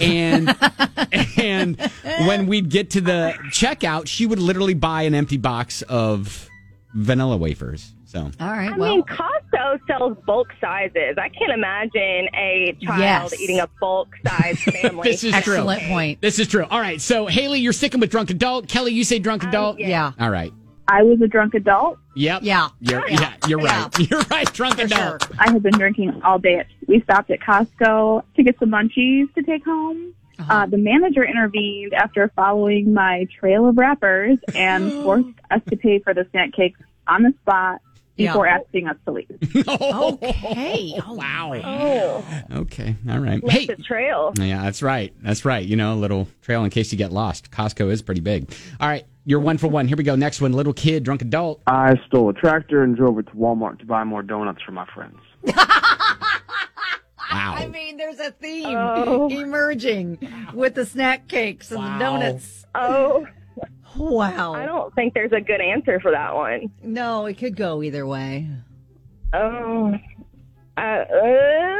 And and when we'd get to the checkout, she would literally buy an empty box of vanilla wafers. So
All right.
I mean, Costco sells bulk sizes. I can't imagine a child
Yes.
eating a bulk size family.
This is true. point. This is true. All right. So Haley, you're sticking with drunk adult. Kelly, you say drunk adult.
yeah.
All right.
I was a drunk adult.
Yep.
Yeah.
You're, yeah. You're right. You're right. Drunk adult.
I have been drinking all day. We stopped at Costco to get some munchies to take home. uh the manager intervened after following my trail of wrappers and forced us to pay for the snack cakes on the spot
Yeah.
before asking us to leave.
Oh.
okay.
wow.
Oh,
Okay. All right.
left the trail.
Yeah, that's right. That's right. You know, a little trail in case you get lost. Costco is pretty big. All right. You're one for one. Here we go. Next one. Little kid, drunk adult.
I stole a tractor and drove it to Walmart to buy more donuts for my friends.
Wow.
I mean, there's a theme
Oh.
emerging with the snack cakes and the donuts.
Oh.
Wow.
I don't think there's a good answer for that one.
No, it could go either way.
Oh. Uh, uh,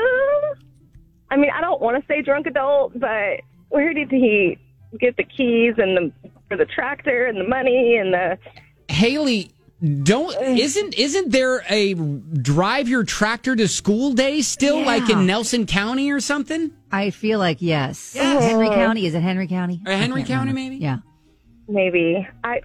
I mean, I don't want to say drunk adult, but where did he get the keys and the for the tractor and the money and the
Haley, don't isn't isn't there a drive your tractor to school day still like
Yeah.
in Nelson County or something?
I feel like yes.
Yes.
Uh-huh.
Henry County is it Henry County?
Or Henry
I can't
County,
remember. Yeah.
maybe I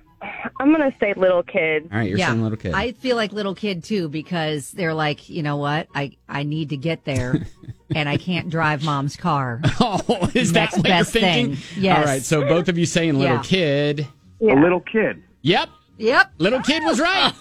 I'm gonna say little kids.
All right, you're
yeah.
saying little kid.
I feel like little kid too because they're like, you know what? I I need to get there, and I can't drive mom's car.
Oh, is that
Next
what you're
best
thinking?
thing. Yes.
All right, so both of you saying little
Yeah.
kid.
Yeah. A little
kid.
Yep.
Yep.
Little kid was right.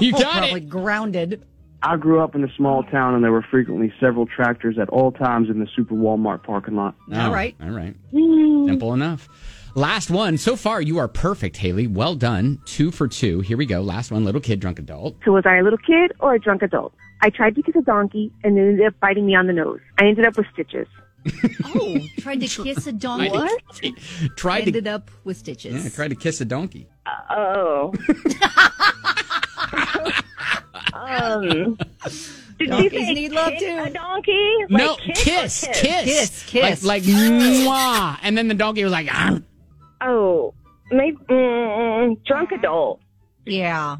You got
Probably grounded.
I grew up in a small town and there were frequently several tractors at all times in the Super Walmart parking lot.
All right. Oh, All right. Simple enough. Last one. So far, you are perfect, Haley. Well done. Two for two. Here we go. Last one. Little kid, drunk adult.
So was I a little kid or a drunk adult? I tried to kiss a donkey and it ended up biting me on the nose. I ended up with stitches.
Oh, tried to kiss a donkey.
What? Tried to-
ended up with stitches.
Yeah, try to kiss a donkey.
Oh. um, did you
Donkeys
say
need love
kick
too.
A donkey?
no,
Like
kiss,
or
kiss,
kiss,
Like- Like, mwah. And then the donkey was like, "Arr."
oh, maybe mm, drunk
Uh-huh.
adult.
Yeah.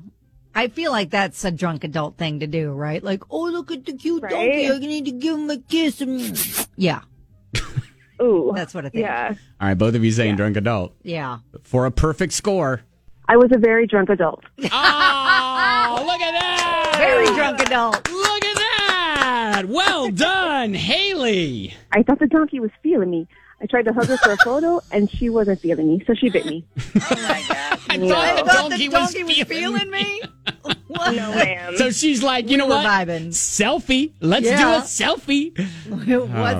I feel like that's a drunk adult thing to do, right? Like, oh, look at the cute donkey. I need to give him a kiss. Mm. Yeah.
Ooh.
That's what I think.
Yeah.
All right, both of you saying drunk adult.
Yeah.
For a perfect score.
I was a very drunk adult.
Oh, look at that.
Very drunk adult.
Look at that. Well done, Haley.
I thought the donkey was feeling me. I tried to hug her for a photo and she wasn't feeling me, so she bit me.
I
No.
thought the
I thought
donkey,
the
was,
donkey
feeling, me.
No, ma'am.
So she's like, you know
were
what?
vibing.
Selfie. Let's do
Yeah.
a selfie.
What's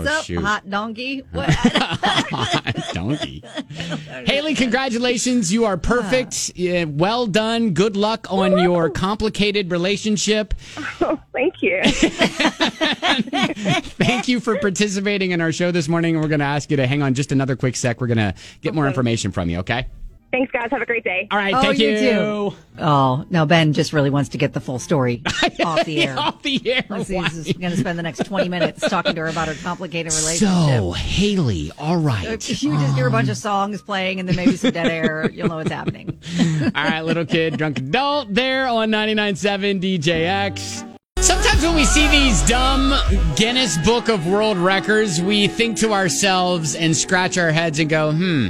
Oh,
up,
shoot.
hot donkey? What?
Oh, donkey. Haley, congratulations. You are perfect. Yeah, well done. Good luck on your complicated relationship.
Oh, thank you.
Thank you for participating in our show this morning. And we're going to ask you to hang on just another quick sec. We're going to get more information from you, okay?
Thanks, guys. Have a great day.
All right.
Oh,
thank
you
you.
too. Oh, no, Ben just really wants to get the full story off the air.
Off the air.
Let's see, He's going to spend the next 20 minutes talking to her about her complicated relationship.
So, Haley, all
If
right.
You just hear a bunch of songs playing and then maybe some dead air. You'll know what's happening.
all right, little kid, drunk adult there on 99.7 DJX. Sometimes when we see these dumb Guinness Book of World Records, we think to ourselves and scratch our heads and go, hmm,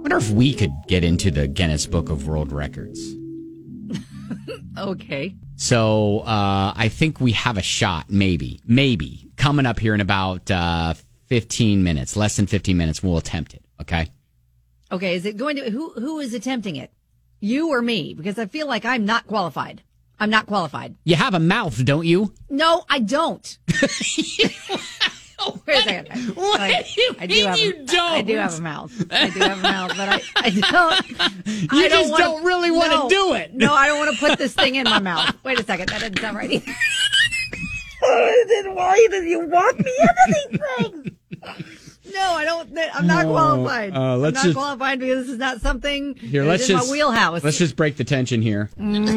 wonder if we could get into the Guinness Book of World Records.
Okay.
So uh, I think we have a shot, maybe, maybe coming up here in about uh, 15 minutes, less than 15 minutes. We'll attempt it. Okay.
Okay, is it going to who who is attempting it? You or me? Because I feel like I'm not qualified. I'm not qualified.
You have a mouth, don't you?
No, I don't. Wait a second.
What
I,
do you
I
mean
have, a-
you
I do
don't?
have a mouth. I do have a mouth, but I, I don't. I
just
wanna-
don't really wanna
no.
do it.
No, I don't want to put this thing in my mouth. Wait a second. That doesn't sound right either. then why did you walk me into these things? No, I don't. I'm not
No,
qualified.
uh,
I'm
let's
not
just-
qualified because this is not something
Here,
that
let's
is in
just
my wheelhouse.
Let's just break the tension here.
Mm,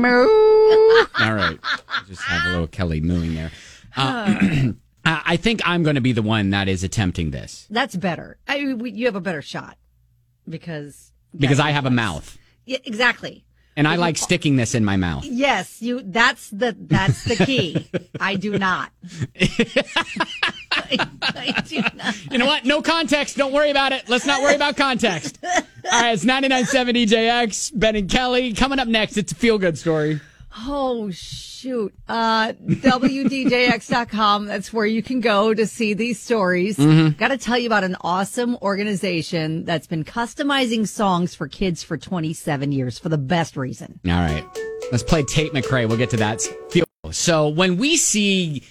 moo.
All right, just have a little Kelly mooing there. Uh, I I think I'm going to be the one that is attempting this
That's better. I mean, we- you have a better shot because
because I have a mouth
yeah, exactly.
and I like sticking this in my mouth.
Yes, you. That's the that's the key. I do not.
You know what? No context. Don't worry about it. Let's not worry about context. All right, it's 99.7 DJX, Ben and Kelly. Coming up next, it's a feel good story.
Oh shoot. Uh WDJX.com. That's where you can go to see these stories.
Mhm.
Gotta tell you about an awesome organization that's been customizing songs for kids for twenty seven years for the best reason.
All right. Let's play Tate McRae. We'll get to that. So when we see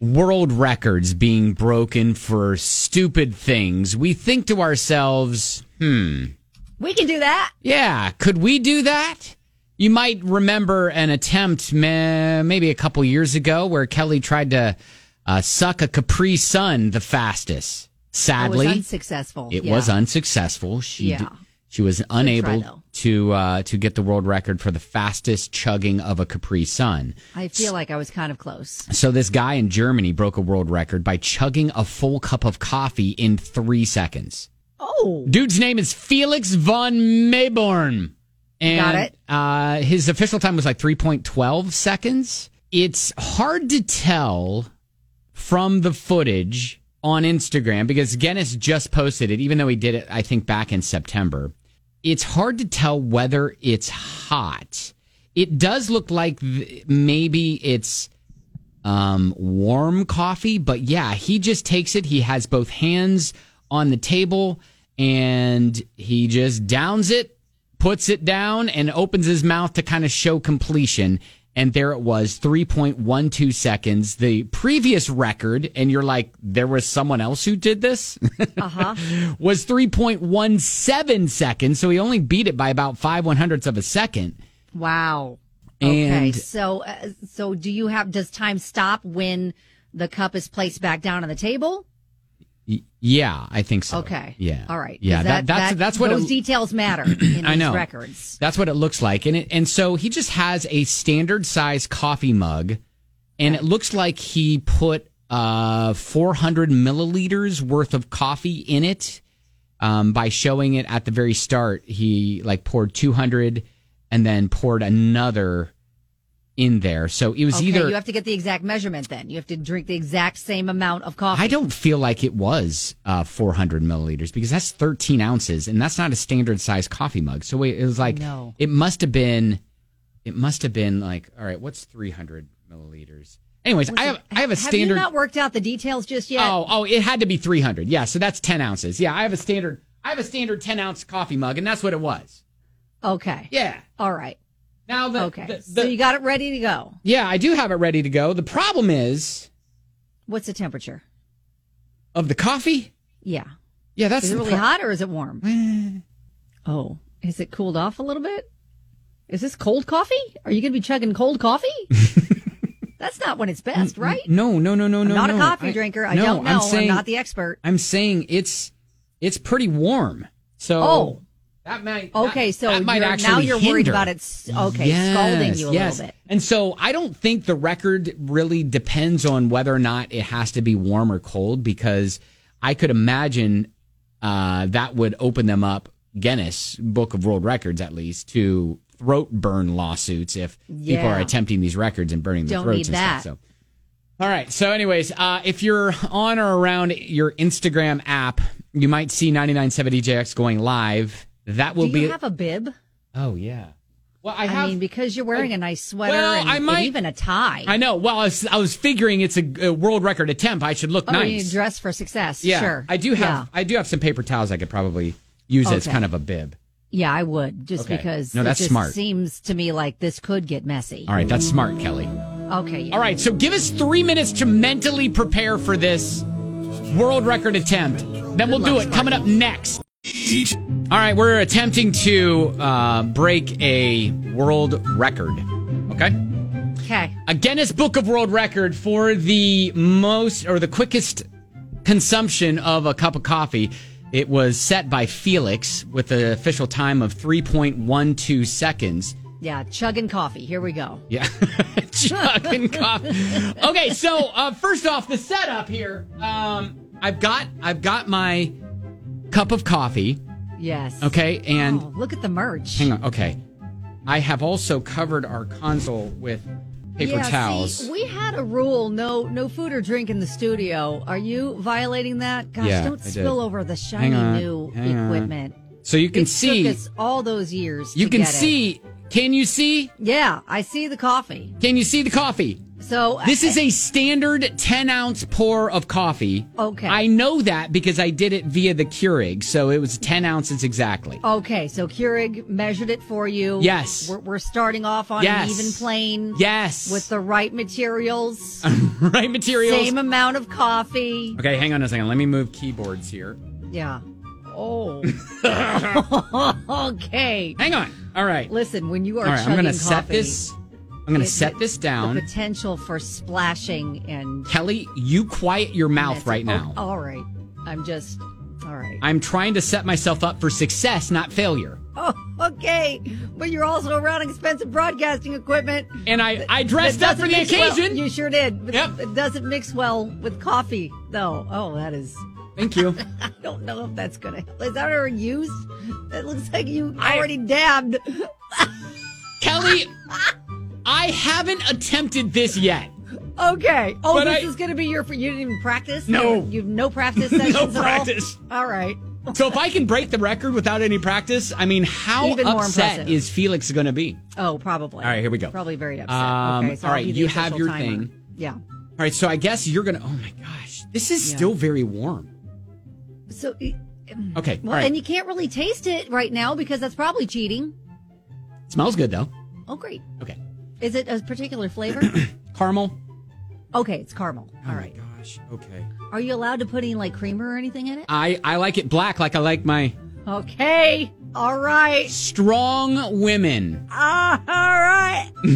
world records being broken for stupid things, we think to ourselves, hmm,
We can do that.
yeah, could we do that? You might remember an attempt ma- maybe a couple years ago where Kelly tried to uh, suck a Capri Sun the fastest. Sadly,
I was unsuccessful.
it
Yeah.
was unsuccessful. She
Yeah.
d- she was unable
though.
to uh, to get the world record for the fastest chugging of a Capri Sun.
I feel like I was kind of close.
So this guy in Germany broke a world record by chugging a full cup of coffee in three seconds.
Oh,
dude's name is Felix von Mayborn,
Got
and
it.
uh, his official time was like three point twelve seconds. It's hard to tell from the footage on Instagram because Guinness just posted it, even though he did it, I think, back in September. It's hard to tell whether it's hot. It does look like th- maybe it's um, warm coffee, but yeah, he just takes it. He has both hands on the table and he just downs it, puts it down, and opens his mouth to kind of show completion. And there it was, 3.12 seconds. The previous record, and you're like, there was someone else who did this? was 3.17 seconds. So he only beat it by about five one hundredths of a second.
Wow. okay.
And-
So, uh, so do you have? Does time stop when the cup is placed back down on the table?
Y- yeah, I think so.
Okay.
Yeah.
All right. 'Cause
Yeah. That, that's, that's what
those
it,
details matter in
I
these
know.
records.
That's what it looks like. And it, and so he just has a standard size coffee mug and it looks like he put uh 400 milliliters worth of coffee in it. Um, by showing it at the very start, he like poured 200 and then poured another in there. So it was
okay,
either
you have to get the exact measurement. Then you have to drink the exact same amount of coffee.
I don't feel like it was uh, 400 milliliters because that's 13 ounces, and that's not a standard size coffee mug. So it it was like
No.
it must have been, it must have been like all right, what's 300 milliliters? Anyways, I have I have a
Have you
standard.
not worked out the details just yet?
oh oh, it had to be 300. Yeah, so that's 10 ounces. Yeah, I have a standard. I have a standard 10 ounce coffee mug, and that's what it was.
Okay.
Yeah.
All right.
Now the
okay.
the-
so
the-
you got it ready to go.
Yeah, I do have it ready to go. The problem is
What's the temperature?
of the coffee.
Yeah.
Yeah, that's
Is it
the
really
pro-
hot or is it warm? oh, is it cooled off a little bit? Is this cold coffee? Are you going to be chugging cold coffee? That's not when it's best, right?
No, no, no, Mm, no,
I'm
no.
not a
no.
coffee drinker. I
no,
don't know. I'm,
saying-
not the expert.
I'm saying it's it's pretty warm. So
Oh.
that might
Okay, so
that might
you're,
actually
now you're worried
hinder.
about it. s- Okay, scalding you a little bit.
And so I don't think the record really depends on whether or not it has to be warm or cold because I could imagine uh, that would open them up Guinness Book of World Records at least to throat burn lawsuits if people
Yeah.
are attempting these records and burning their
Don't
throats and
need that.
stuff. So. All right. So, anyways, uh, if you're on or around your Instagram app, you might see 9970JX going live. That will
Do
be.
you have a bib?
oh, yeah. Well, I,
mean, because you're wearing a nice sweater
Well,
and,
I
and
might-
even a tie.
I know. Well, I was, I was figuring it's a, a world record attempt. I should look
oh, you
nice.
dress for success.
yeah,
sure.
I do have.
Yeah.
I do have some paper towels I could probably use it as
Okay.
kind of a bib.
Yeah, I would just
Okay.
because
No,
it
that's
just
smart.
Seems to me like this could get messy.
All right, that's smart, Kelly.
Okay. yeah.
All right, so give us three minutes to mentally prepare for this world record attempt. Then we'll do it coming up next. All right, we're attempting to uh, break a world record. Okay?
Okay.
A Guinness Book of World Record for the most or the quickest consumption of a cup of coffee. It was set by Felix with an official time of 3.12 seconds.
Yeah, chugging coffee. Here we go.
Yeah. chugging coffee. Okay, so uh, first off, the setup here. Um, I've got I've got my cup of coffee.
Yes.
Okay, and
Oh, look at the merch.
hang on. Okay, I have also covered our console with paper
yeah,
towels.
See, we had a rule: no, no food or drink in the studio. Are you violating that? Gosh,
Yeah,
don't
I did.
spill over the
Hang
shiny
on,
new
hang on.
equipment.
So you can
it
see-
took us all those years.
you
to
can
get it.
see. Can you see?
Yeah, I see the coffee.
Can you see the coffee?
So
This
I-
is a standard 10 ounce pour of coffee.
Okay.
I know that because I did it via the Keurig, so it was 10 ounces exactly.
Okay, so Keurig measured it for you.
Yes.
We're, we're starting off on
Yes.
an even plane.
Yes.
With the right materials,
right materials.
same amount of coffee.
Okay, hang on a second. Let me move keyboards here.
Yeah. Oh. okay.
Hang on. All right.
Listen, when you are
All right, I'm
chugging
going to
coffee,
set this I'm going to set this down.
the potential for splashing and
Kelly, you quiet your mouth
messing-
right now.
Oh, all right, I'm just all right.
I'm trying to set myself up for success, not failure.
Oh, okay, but you're also around expensive broadcasting equipment.
And I, I dressed
That
up for the
doesn't mix well-
occasion.
You sure did. But
Yep.
It doesn't mix well with coffee, though. Oh, that is.
Thank you.
I don't know if that's gonna. Is that already used? It looks like you already dabbed.
Kelly, I haven't attempted this yet.
Okay. Oh,
But
this
I-
is gonna be your. fir- You didn't even practice.
No.
You have no practice
No
sessions at all?
practice.
All right.
So if I can break the record without any practice, I mean, how
Even more
upset
impressive.
is Felix going to be?
Oh, probably.
All right, here we go.
Probably very upset.
Um,
okay, so
all
I'll
right,
be the
you have
official
your
timer.
thing.
Yeah.
All right, so I guess you're going to. Oh my gosh, this is
Yeah.
still very warm.
So. y-
Okay,
Well,
all right.
and you can't really taste it right now because that's probably cheating.
Smells good though.
Oh, great.
Okay,
Is it a particular flavor?
caramel. Oh
okay, it's caramel. All right.
Gosh, okay.
Are you allowed to put any like creamer or anything in it?
I I like it black, like I like my
Okay. All right.
strong women.
Ah, all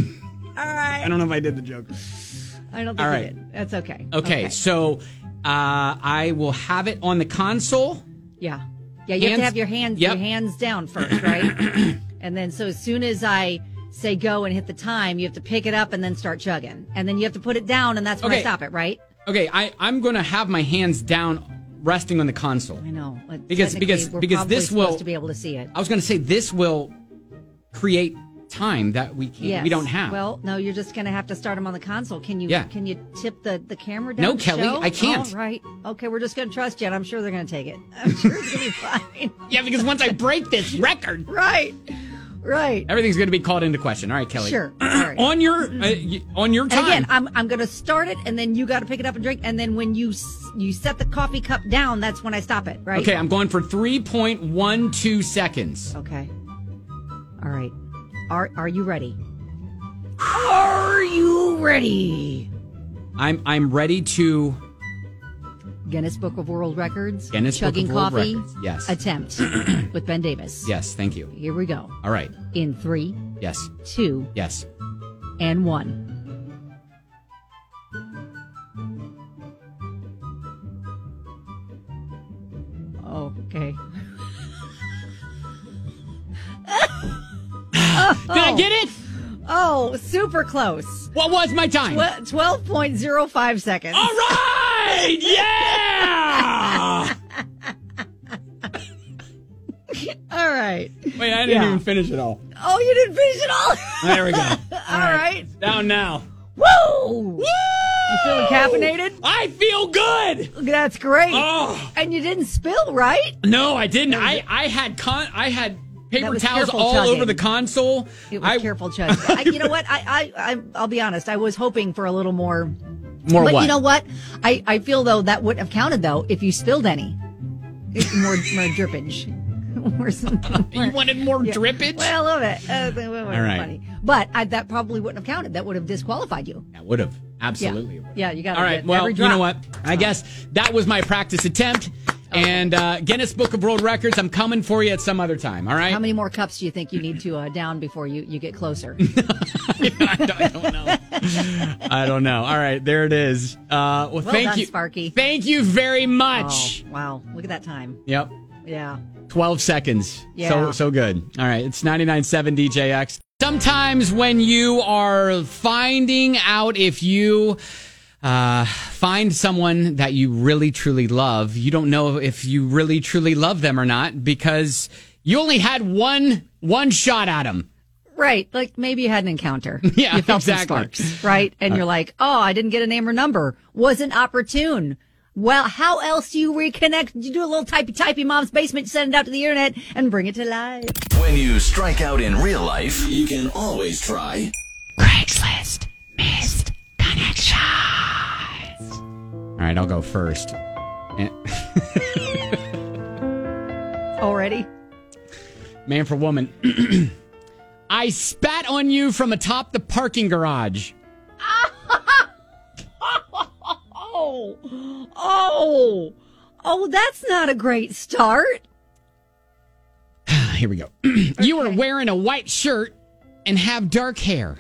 right.
I don't know if I did the joke.
I don't think
All
you
right.
did. That's okay.
Okay, so uh, I will have it on the console.
Yeah. Yeah, you have
Hands-
to have your hands
Yep.
your hands down first, right? and then so as soon as I say go and hit the time, you have to pick it up and then start chugging. And then you have to put it down and that's when
Okay.
I stop it, right?
Okay, I I'm going to have my hands down, resting on the console.
I know. but
Because-
technically,
because-
we're
because
probably
this
supposed
will- Oh,
to be able to see it.
I was going to say this will create time that we can't,
Yes.
we don't have.
Well, no, you're just going to have to start them on the console. Can you?
Yeah.
Can you tip the the camera down?
No,
to
Kelly,
show?
I can't.
All right. Okay, we're just going to trust you, and I'm sure they're going to take it. I'm sure it's going to be fine.
yeah, because once I break this record,
right, right.
everything's going to be called into question. All right, Kelly.
Sure. All right.
on your uh, y- on your time.
And again, I'm I'm going to start it, and then you got to pick it up and drink, and then when you s- you set the coffee cup down, that's when I stop it. Right.
Okay, I'm going for 3.12 seconds.
Okay. All right. Are Are you ready? Are you ready?
I'm I'm ready to
Guinness Book of World Records.
Guinness Book of
chugging
World
coffee.
Records, yes.
Attempt with Ben Davis.
Yes, thank you.
Here we go.
All right.
In three,
Yes.
two,
Yes.
and one. Okay.
Did I get it?
Oh, super close.
What was my time?
Twe- 12.05 seconds.
All right. Yeah.
All right.
Wait, I didn't
Yeah.
even finish it all.
Oh, you didn't finish it all.
There we go.
all right.
Down now.
Woo! Woo! You feeling caffeinated?
I feel good.
That's great.
Oh.
And you didn't spill, right?
No, I didn't. I I had con I had
That
paper
was
towels
careful
all
chugging.
over the console.
It was careful chugging. I, you know what? I, I, I, I'll be honest. I was hoping for a little more.
More
but
what?
you know what? I, I feel though that wouldn't have counted though if you spilled any. It- More, more drippage. worse
You wanted more drippage?
Well, I love it. Uh, that was
All right.
funny. But I, that probably wouldn't have counted. That would have disqualified you.
That would have. Absolutely.
Yeah, yeah you got
All right. Well, you know what?
Oh.
I guess that was my practice attempt. And uh, Guinness Book of World Records, I'm coming for you at some other time. All right.
How many more cups do you think you need to uh, down before you, you get closer?
I don't know. All right. There it is. Uh, well,
well
thank
done,
you.
Sparky.
Thank you very much.
Oh, wow. Look at that time.
Yep.
Yeah.
12 seconds.
Yeah.
So so good. All right, it's 997 DJX. Sometimes when you are finding out if you uh, find someone that you really truly love, you don't know if you really truly love them or not because you only had one one shot at them.
Right. Like maybe you had an encounter.
Yeah,
You felt
exactly.
some sparks, right? And
Uh,
you're like, oh, I didn't get a name or number. Wasn't opportune. Well, how else do you reconnect? You do a little typey typey mom's basement, send it out to the internet and bring it to life.
When you strike out in real life, you can always try.
Craigslist missed connection. All right, I'll go first. Eh, And-
Already?
Man for woman. I spat on you from atop the parking garage.
Oh, oh, oh, that's not a great start.
Here we go. you were wearing a white shirt and have dark hair.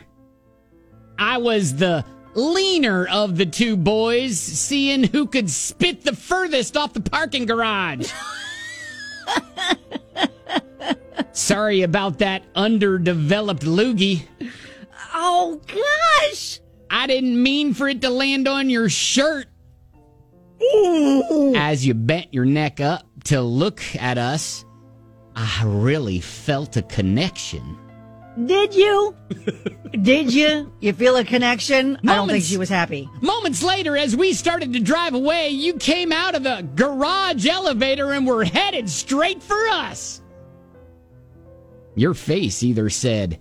I was the leaner of the two boys, seeing who could spit the furthest off the parking garage. Sorry about that underdeveloped loogie.
Oh, gosh.
I didn't mean for it to land on your shirt. As you bent your neck up to look at us, I really felt a connection.
Did you? Did you? You feel a connection? I don't think
Moments-
she was happy.
Moments later, as we started to drive away, you came out of the garage elevator and were headed straight for us. Your face either said,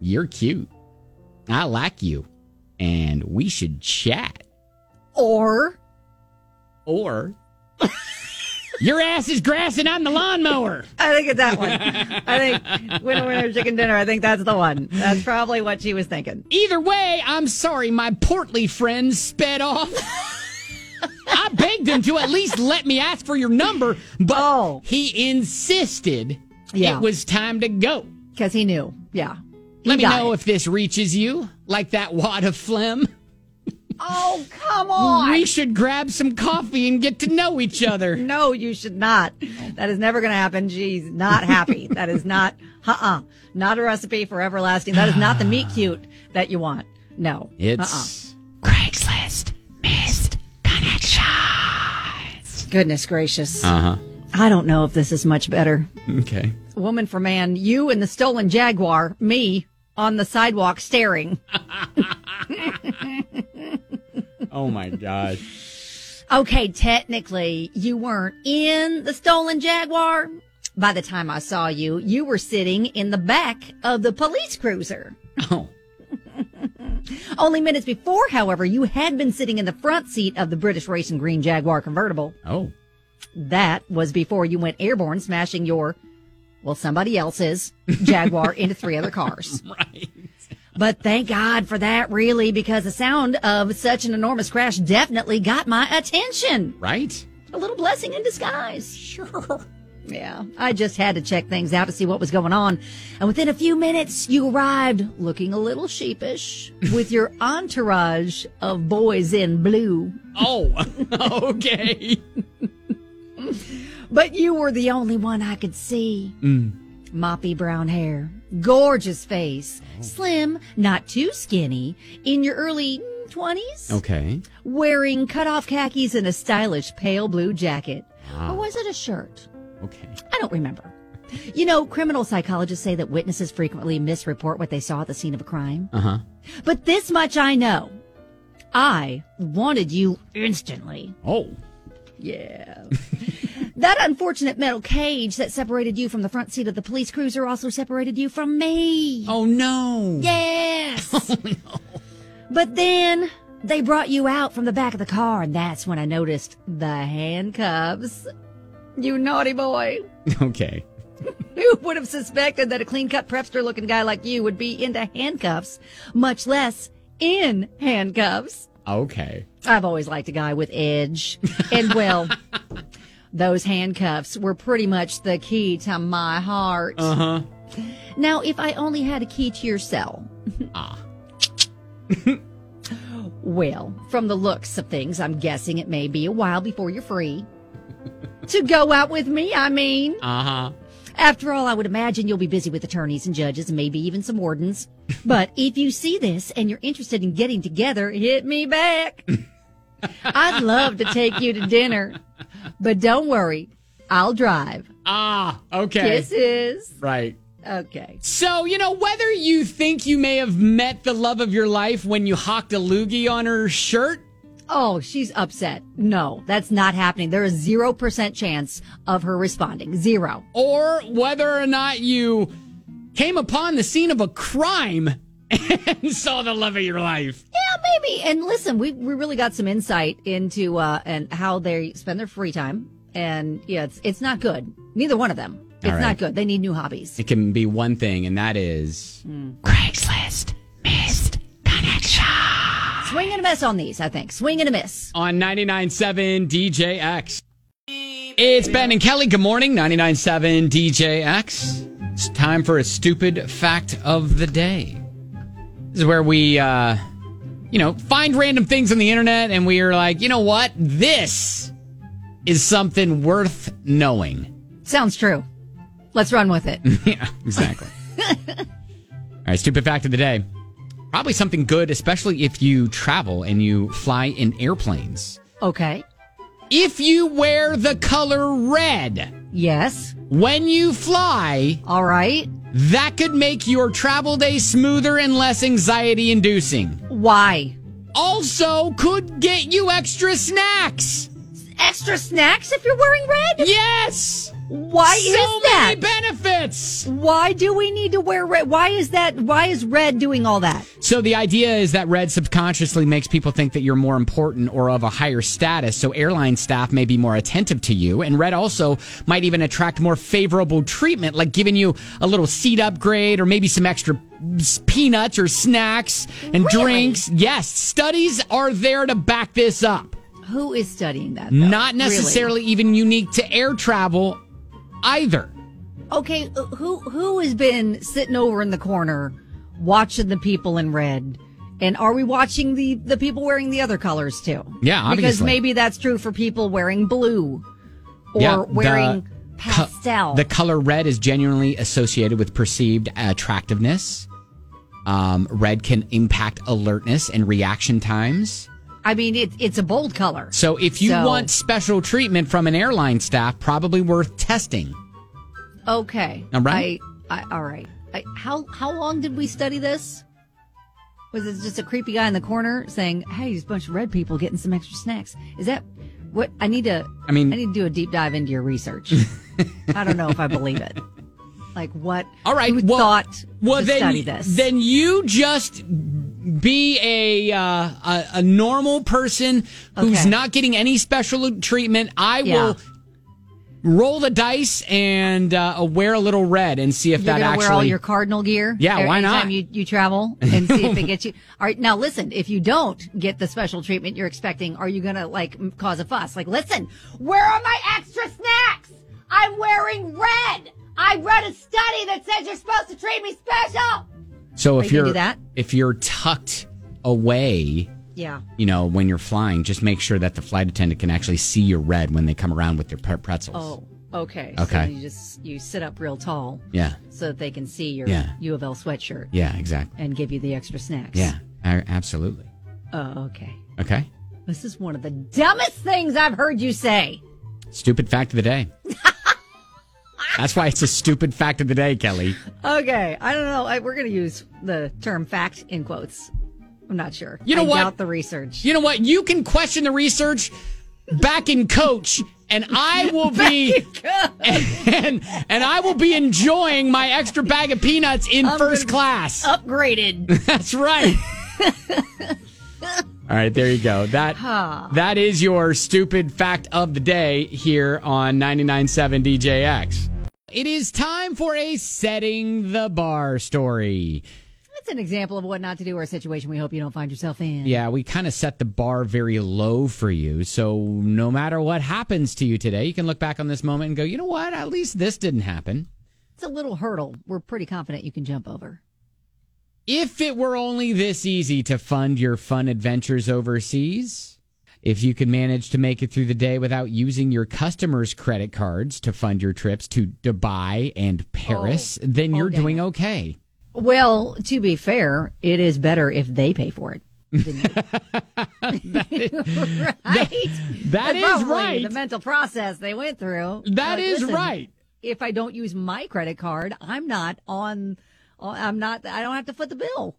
You're cute, I like you, and we should chat,
Or
or Your ass is grass and I'm the lawnmower.
I think it's that one. I think winner, winner, chicken dinner. I think that's the one. That's probably what she was thinking.
Either way, I'm sorry my portly friend sped off. I begged him to at least let me ask for your number, but he insisted
Oh. Yeah.
it was time to go.
Because he knew. Yeah.
Let me
got
know if this reaches you, like that wad of phlegm.
Oh, come on.
We should grab some coffee and get to know each other.
no, you should not. That is never going to happen. She's not happy. that is not, uh uh not a recipe for everlasting. That is not the meat cute that you want. No.
It's-
uh-uh. Craigslist missed connections. Goodness gracious.
Uh huh.
I don't know if this is much better.
Okay.
Woman for man, you and the stolen Jaguar, me on the sidewalk staring.
Oh my gosh.
Okay, technically, you weren't in the stolen Jaguar. By the time I saw you, you were sitting in the back of the police cruiser. Oh. Only minutes before, however, you had been sitting in the front seat of the British Racing Green Jaguar convertible.
Oh.
That was before you went airborne, smashing your, well, somebody else's Jaguar into three other cars.
Right.
But thank God for that, really, because the sound of such an enormous crash definitely got my attention.
Right?
A little blessing in disguise. Sure. Yeah, I just had to check things out to see what was going on. And within a few minutes, you arrived looking a little sheepish with your entourage of boys in blue.
Oh, okay.
But you were the only one I could see. Moppy brown hair, gorgeous face, slim, not too skinny, in your early 20s,
Okay.
wearing cutoff khakis and a stylish pale blue jacket.
Ah.
Or was it a shirt?
Okay.
I don't remember. You know, criminal psychologists say that witnesses frequently misreport what they saw at the scene of a crime.
Uh huh.
But this much I know. I wanted you instantly.
Oh.
Yeah. that unfortunate metal cage that separated you from the front seat of the police cruiser also separated you from me.
Oh no.
Yes. But then they brought you out from the back of the car and that's when I noticed the handcuffs. You naughty boy.
Okay.
Who would have suspected that a clean cut prepster looking guy like you would be into handcuffs, much less in handcuffs?
Okay.
I've always liked a guy with edge. And well, those handcuffs were pretty much the key to my heart.
Uh
Now, if I only had a key to your cell,
huh. Ah.
well, from the looks of things, I'm guessing it may be a while before you're free. to go out with me, I mean.
Uh huh.
After all, I would imagine you'll be busy with attorneys and judges and maybe even some wardens. But if you see this and you're interested in getting together, hit me back. I'd love to take you to dinner, but don't worry. I'll drive.
Ah, okay.
Kisses.
Right.
Okay.
So, you know, whether you think you may have met the love of your life when you hocked a loogie on her shirt,
Oh, she's upset. No, that's not happening. There is 0% chance of her responding. Zero.
or whether or not you came upon the scene of a crime and saw the love of your life.
Yeah, maybe. And listen, we we really got some insight into uh and how they spend their free time. And yeah, it's it's not good. Neither one of them. It's
All right.
not good. They need new hobbies.
It can be one thing, and that is.
Craigslist missed connection. Swing and a miss on these, I think. Swing and a miss.
on 99.7 DJX. It's Ben and Kelly. Good morning, 99.7 DJX. It's time for a stupid fact of the day. This is where we, uh, you know, find random things on the internet and we are like, you know what? This is something worth knowing.
Sounds true. Let's run with it.
yeah, exactly. All right, stupid fact of the day. Probably something good, especially if you travel and you fly in airplanes.
Okay.
If you wear the color red,
yes,
when you fly,
all right,
that could make your travel day smoother and less anxiety inducing.
Why?
Also, could get you extra snacks.
Extra snacks if you're wearing red?
Yes.
Why
So
is that?
many benefits.
Why do we need to wear red? Why is that? Why is red doing all that?
So the idea is that red subconsciously makes people think that you're more important or of a higher status. So airline staff may be more attentive to you. And red also might even attract more favorable treatment, like giving you a little seat upgrade or maybe some extra s- peanuts or snacks and drinks. Yes, studies are there to back this up.
Who is studying that? though?
Not
Really?
necessarily even unique to air travel either.
Okay, uh, who who has been sitting over in the corner watching the people in red? And are we watching the the people wearing the other colors too?
Yeah,
Because
obviously.
maybe that's true for people wearing blue or
Yeah, the
wearing
co-
pastel.
The color red is genuinely associated with perceived attractiveness. Um, red can impact alertness and reaction times.
I mean, it, it's a bold color.
So if you
So-
want special treatment from an airline staff, probably worth testing.
Okay.
All right.
I, I, all right. I, how how long did we study this? Was it just a creepy guy in the corner saying, "Hey, there's a bunch of red people getting some extra snacks"? Is that what I need to?
I mean-
I need to do a deep dive into your research. I don't know if I believe it. Like what?
All right.
Who
well,
thought
well,
to
then,
study this?
Then you just be a uh, a, a normal person who's
Okay.
not getting any special treatment. I
Yeah.
will roll the dice and uh, wear a little red and see if
You're
that
gonna
actually.
wear all your cardinal gear.
Yeah, why
anytime
not?
You, you travel and see if it gets you. All right, now listen. If you don't get the special treatment you're expecting, are you gonna like m- cause a fuss? Like, listen, where are my extra snacks? I'm wearing red. I read a study that said you're supposed to treat me special.
so
Are
if
you
you're
gonna do that?
if you're tucked away,
Yeah.
you know when you're flying, just make sure that the flight attendant can actually see your red when they come around with their pre- pretzels.
Oh, okay.
So Okay.
So you just you sit up real tall.
Yeah.
So that they can see your
Yeah.
U of L sweatshirt.
Yeah, exactly.
And give you the extra snacks.
Yeah, a- absolutely.
Oh, okay.
Okay.
This is one of the dumbest things I've heard you say.
Stupid fact of the day. That's why it's a stupid fact of the day, Kelly.
Okay, I don't know. I, we're going to use the term "fact" in quotes. I'm not sure.
You know
I
what?
Doubt the research.
You know what? You can question the research back in coach, and I will be and and I will be enjoying my extra bag of peanuts in
I'm
first
gonna-
class.
Upgraded.
That's right. All right, there you go. That
Huh.
that is your stupid fact of the day here on 99.7 DJX. It is time for a setting the bar story.
That's an example of what not to do or a situation we hope you don't find yourself in.
Yeah, we kind of set the bar very low for you. So no matter what happens to you today, you can look back on this moment and go, you know what? At least this didn't happen.
It's a little hurdle we're pretty confident you can jump over.
If it were only this easy to fund your fun adventures overseas, if you could manage to make it through the day without using your customers' credit cards to fund your trips to Dubai and Paris, then you're doing okay.
Well, to be fair, it is better if they pay for it.
That is
probably
right.
The mental process they went through.
That
That
is
is
right.
If I don't use my credit card, I'm not on. I'm not. I don't have to foot the bill.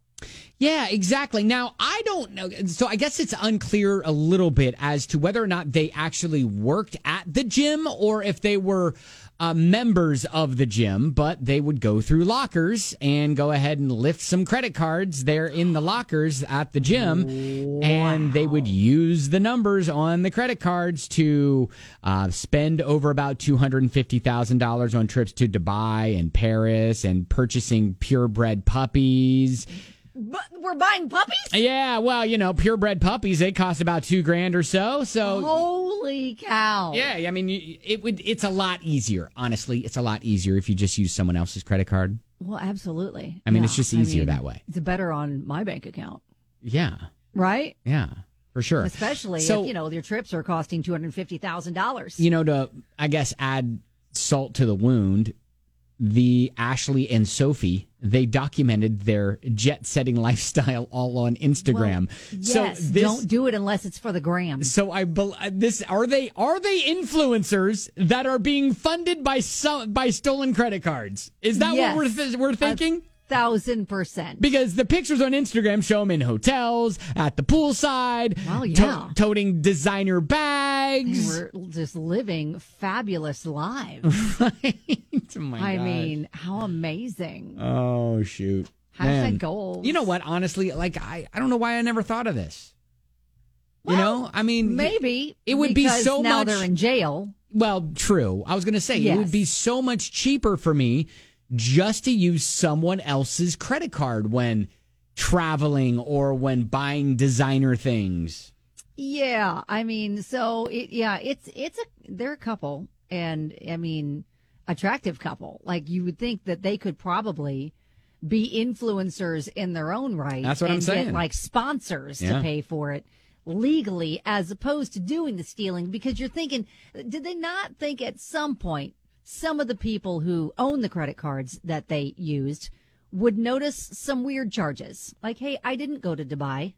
Yeah, exactly. Now, I don't know. So I guess it's unclear a little bit as to whether or not they actually worked at the gym or if they were uh, members of the gym, but they would go through lockers and go ahead and lift some credit cards there in the lockers at the gym. And they would use the numbers on the credit cards to uh, spend over about $250,000 on trips to Dubai and Paris and purchasing purebred puppies.
But we're buying puppies.
Yeah, well, you know, purebred puppies they cost about two grand or so.
Oh.
So
Holy cow!
Oh, yeah, I mean, you- it would it's a lot easier. Honestly, it's a lot easier if you just use someone else's credit card.
Well, absolutely.
I mean, it's just easier that way.
It's better on my bank account,
Yeah,
right?
yeah, for sure.
Especially
So-
if you know your trips are costing two hundred fifty thousand dollars.
you know, to I guess add salt to the wound, the Ashley and Sophie they documented their jet setting lifestyle all on Instagram. so
Yes,
this,
don't do it unless it's for the gram.
So I bel- uh, this are they are they influencers that are being funded by some by stolen credit cards? Is that
Yes.
what we're th- we're
A
thinking?
thousand percent.
Because the pictures on Instagram show them in hotels, at the poolside,
Well,
to-
yeah.
toting designer bags.
They were just living fabulous lives.
Oh my
I
gosh.
mean, how amazing.
oh shoot,
How's that
Man.
goals?
You know what? Honestly, like I I don't know why I never thought of this. you know, I mean,
Maybe
it would be
because
so
now
much.
they're in jail.
Well, true. I was going to say it would
Yes.
be so much cheaper for me just to use someone else's credit card when traveling or when buying designer things.
Yeah, I mean, so it, yeah, it's it's a they're a couple, and I mean, attractive couple. Like you would think that they could probably be influencers in their own right.
That's what I'm
and get,
saying.
like sponsors
Yeah.
to pay for it legally, as opposed to doing the stealing. Because you're thinking, did they not think at some point some of the people who own the credit cards that they used would notice some weird charges? Like, hey, I didn't go to Dubai.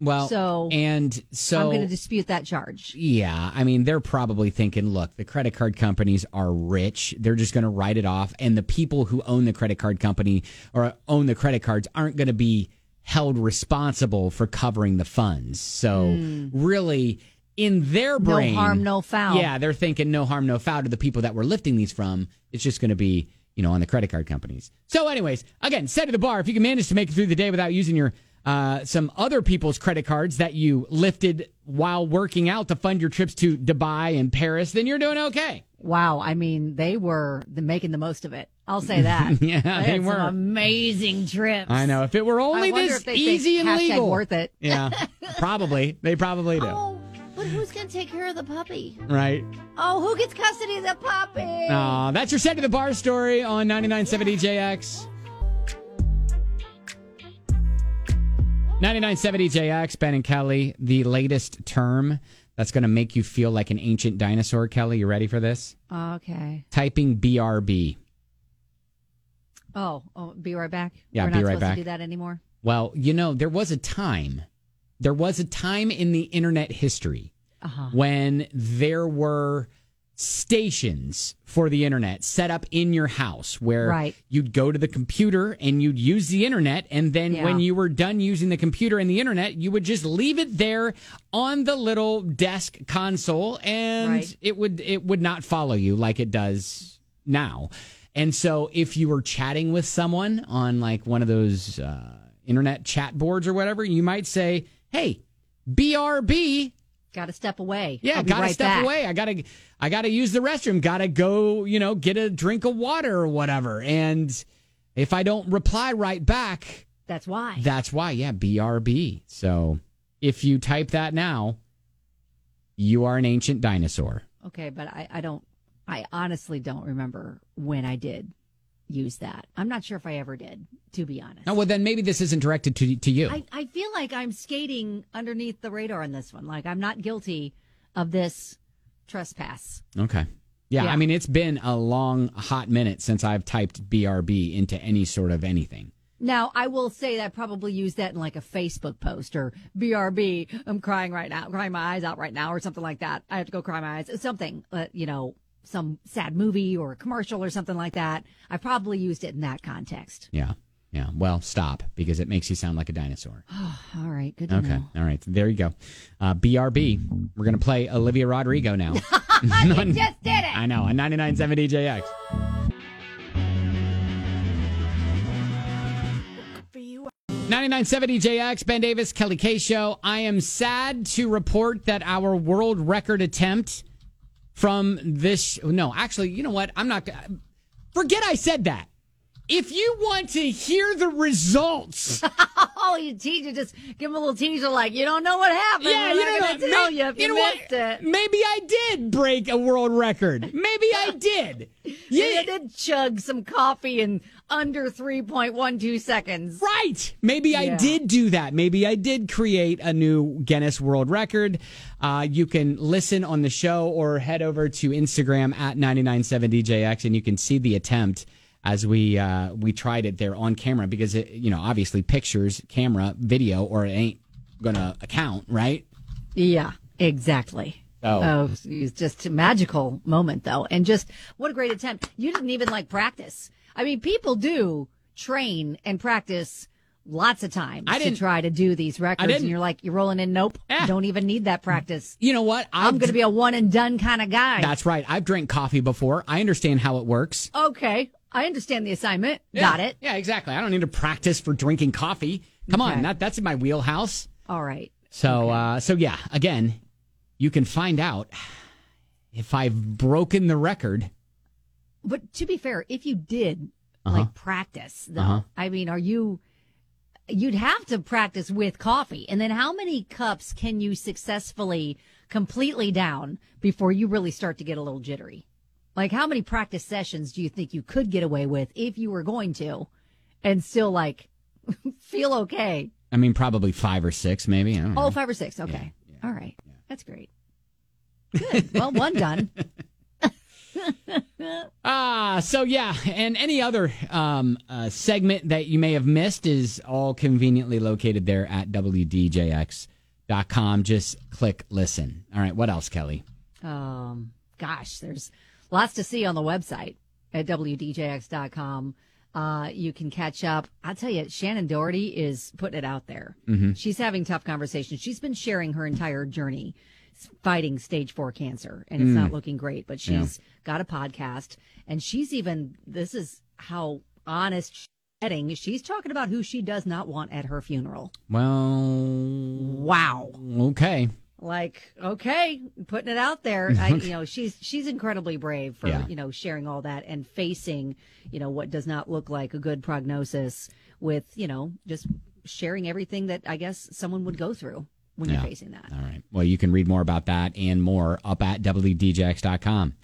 Well,
So,
and so
I'm going to dispute that charge.
Yeah, I mean, they're probably thinking, look, the credit card companies are rich. They're just going to write it off. And the people who own the credit card company or own the credit cards aren't going to be held responsible for covering the funds. So, really, in their
Hmm. No
brain,
harm, no foul.
Yeah, they're thinking no harm, no foul to the people that we're lifting these from. It's just going to be, you know, on the credit card companies. So, anyways, again, set to the bar. If you can manage to make it through the day without using your uh, some other people's credit cards that you lifted while working out to fund your trips to Dubai and Paris, then you're doing okay.
Wow, I mean, they were the, making the most of it. I'll say that.
Yeah, they
had some
were.
amazing trips.
I know. If it were only
I wonder
this
if they
easy
think
and
hashtag
legal,
worth it. Oh.
Yeah, probably. They probably do.
But who's going to take care of the puppy?
Right.
Oh, who gets custody of the puppy?
Aw, that's your set to the bar story on 99.7 DJX. 99.7 DJX, Ben and Kelly, the latest term that's going to make you feel like an ancient dinosaur. Kelly, you ready for this?
Okay.
Typing BRB.
Oh, oh, be right back.
Yeah,
We're
be
not
right
supposed
back.
to do that anymore.
Well, you know, there was a time, there was a time in the internet history
Uh-huh.
when there were stations for the internet set up in your house where
Right.
you'd go to the computer and you'd use the internet and then
Yeah.
when you were done using the computer and the internet you would just leave it there on the little desk console and
Right.
it would it would not follow you like it does now and so if you were chatting with someone on like one of those uh, internet chat boards or whatever you might say hey brb
Got to step away.
Yeah,
I'll be
gotta
right
step
back.
away. I gotta I gotta use the restroom, gotta go, you know, get a drink of water or whatever. And if I don't reply right back,
That's why.
that's why, yeah, BRB. So if you type that now, you are an ancient dinosaur.
Okay, but I, I don't, I honestly don't remember when I did use that. I'm not sure if I ever did, to be honest.
Oh well then maybe this isn't directed to to you.
I, I feel like I'm skating underneath the radar on this one. Like I'm not guilty of this trespass.
Okay. Yeah,
Yeah.
I mean it's been a long hot minute since I've typed BRB into any sort of anything.
Now, I will say that I probably used that in like a Facebook post or BRB. I'm crying right now, crying my eyes out right now, or something like that. I have to go cry my eyes. Something, uh, you know, some sad movie or a commercial or something like that. I probably used it in that context.
Yeah. Yeah. Well, stop because it makes you sound like a dinosaur.
Oh, All right, good to
Okay.
know.
All right. There you go. Uh, BRB. We're going to play Olivia Rodrigo now.
you just did it.
I know. On 99.7 DJX. Ninety-nine seventy JX, Ben Davis, Kelly K Show. I am sad to report that our world record attempt from this. No, actually, you know what? I'm not. gonna- Forget I said that. If you want to hear the results.
Oh, you teacher just give him a little teaser, like you don't know what happened.
Yeah,
We're
you
not
know
gonna
what?
tell
May-
you if
you
you,
know what?
missed it.
Maybe I did break a world record. Maybe I did.
Yeah, you did chug some coffee in under three point one two seconds.
Right. Maybe I
Yeah.
did do that. Maybe I did create a new Guinness World Record. Uh, you can listen on the show or head over to Instagram at 997DJX and you can see the attempt as we uh, we tried it there on camera because it, you know obviously pictures, camera, video, or it ain't gonna account, right?
Yeah, exactly.
Oh.
it was just a magical moment though, and just what a great attempt. You didn't even like practice. I mean, people do train and practice lots of times
I didn't-
to try to do these records,
didn't-
and you're like, you're rolling in. Nope, don't even need that practice.
You know what?
I'm going to be a one and done kind of guy.
That's right. I've drank coffee before. I understand how it works.
Okay, I understand the assignment.
Yeah.
Got it.
Yeah, exactly. I don't need to practice for drinking coffee. Come on,
Okay.
that that's in my wheelhouse.
All right.
So uh so yeah, again, you can find out if I've broken the record.
But to be fair, if you did
Uh-huh.
like practice, though,
Uh-huh.
I mean, are you? You'd have to practice with coffee, and then how many cups can you successfully completely down before you really start to get a little jittery? Like, how many practice sessions do you think you could get away with if you were going to, and still like feel okay?
I mean probably 5 or 6 maybe. I don't know.
Oh, five or six. Okay, all right, that's great. Good. Well, one done.
Ah, so yeah, and any other um, uh, segment that you may have missed is all conveniently located there at wdjx.com. Just click listen. All right, what else, Kelly?
Um, gosh, there's lots to see on the website at WDJX.com. Uh, you can catch up. I'll tell you, Shannon Doherty is putting it out there.
Mhm.
She's having tough conversations. She's been sharing her entire journey s- fighting stage four cancer, and it's
Mm.
not looking great, but
Yeah.
she's got a podcast, and she's even, this is how honest she's getting. She's talking about who she does not want at her funeral.
Well,
wow.
Okay.
like okay putting it out there I, you know she's she's incredibly brave for
Yeah.
you know sharing all that and facing you know what does not look like a good prognosis with you know just sharing everything that i guess someone would go through when
Yeah.
you're facing that
All right. Well, you can read more about that and more up at wdjx.com.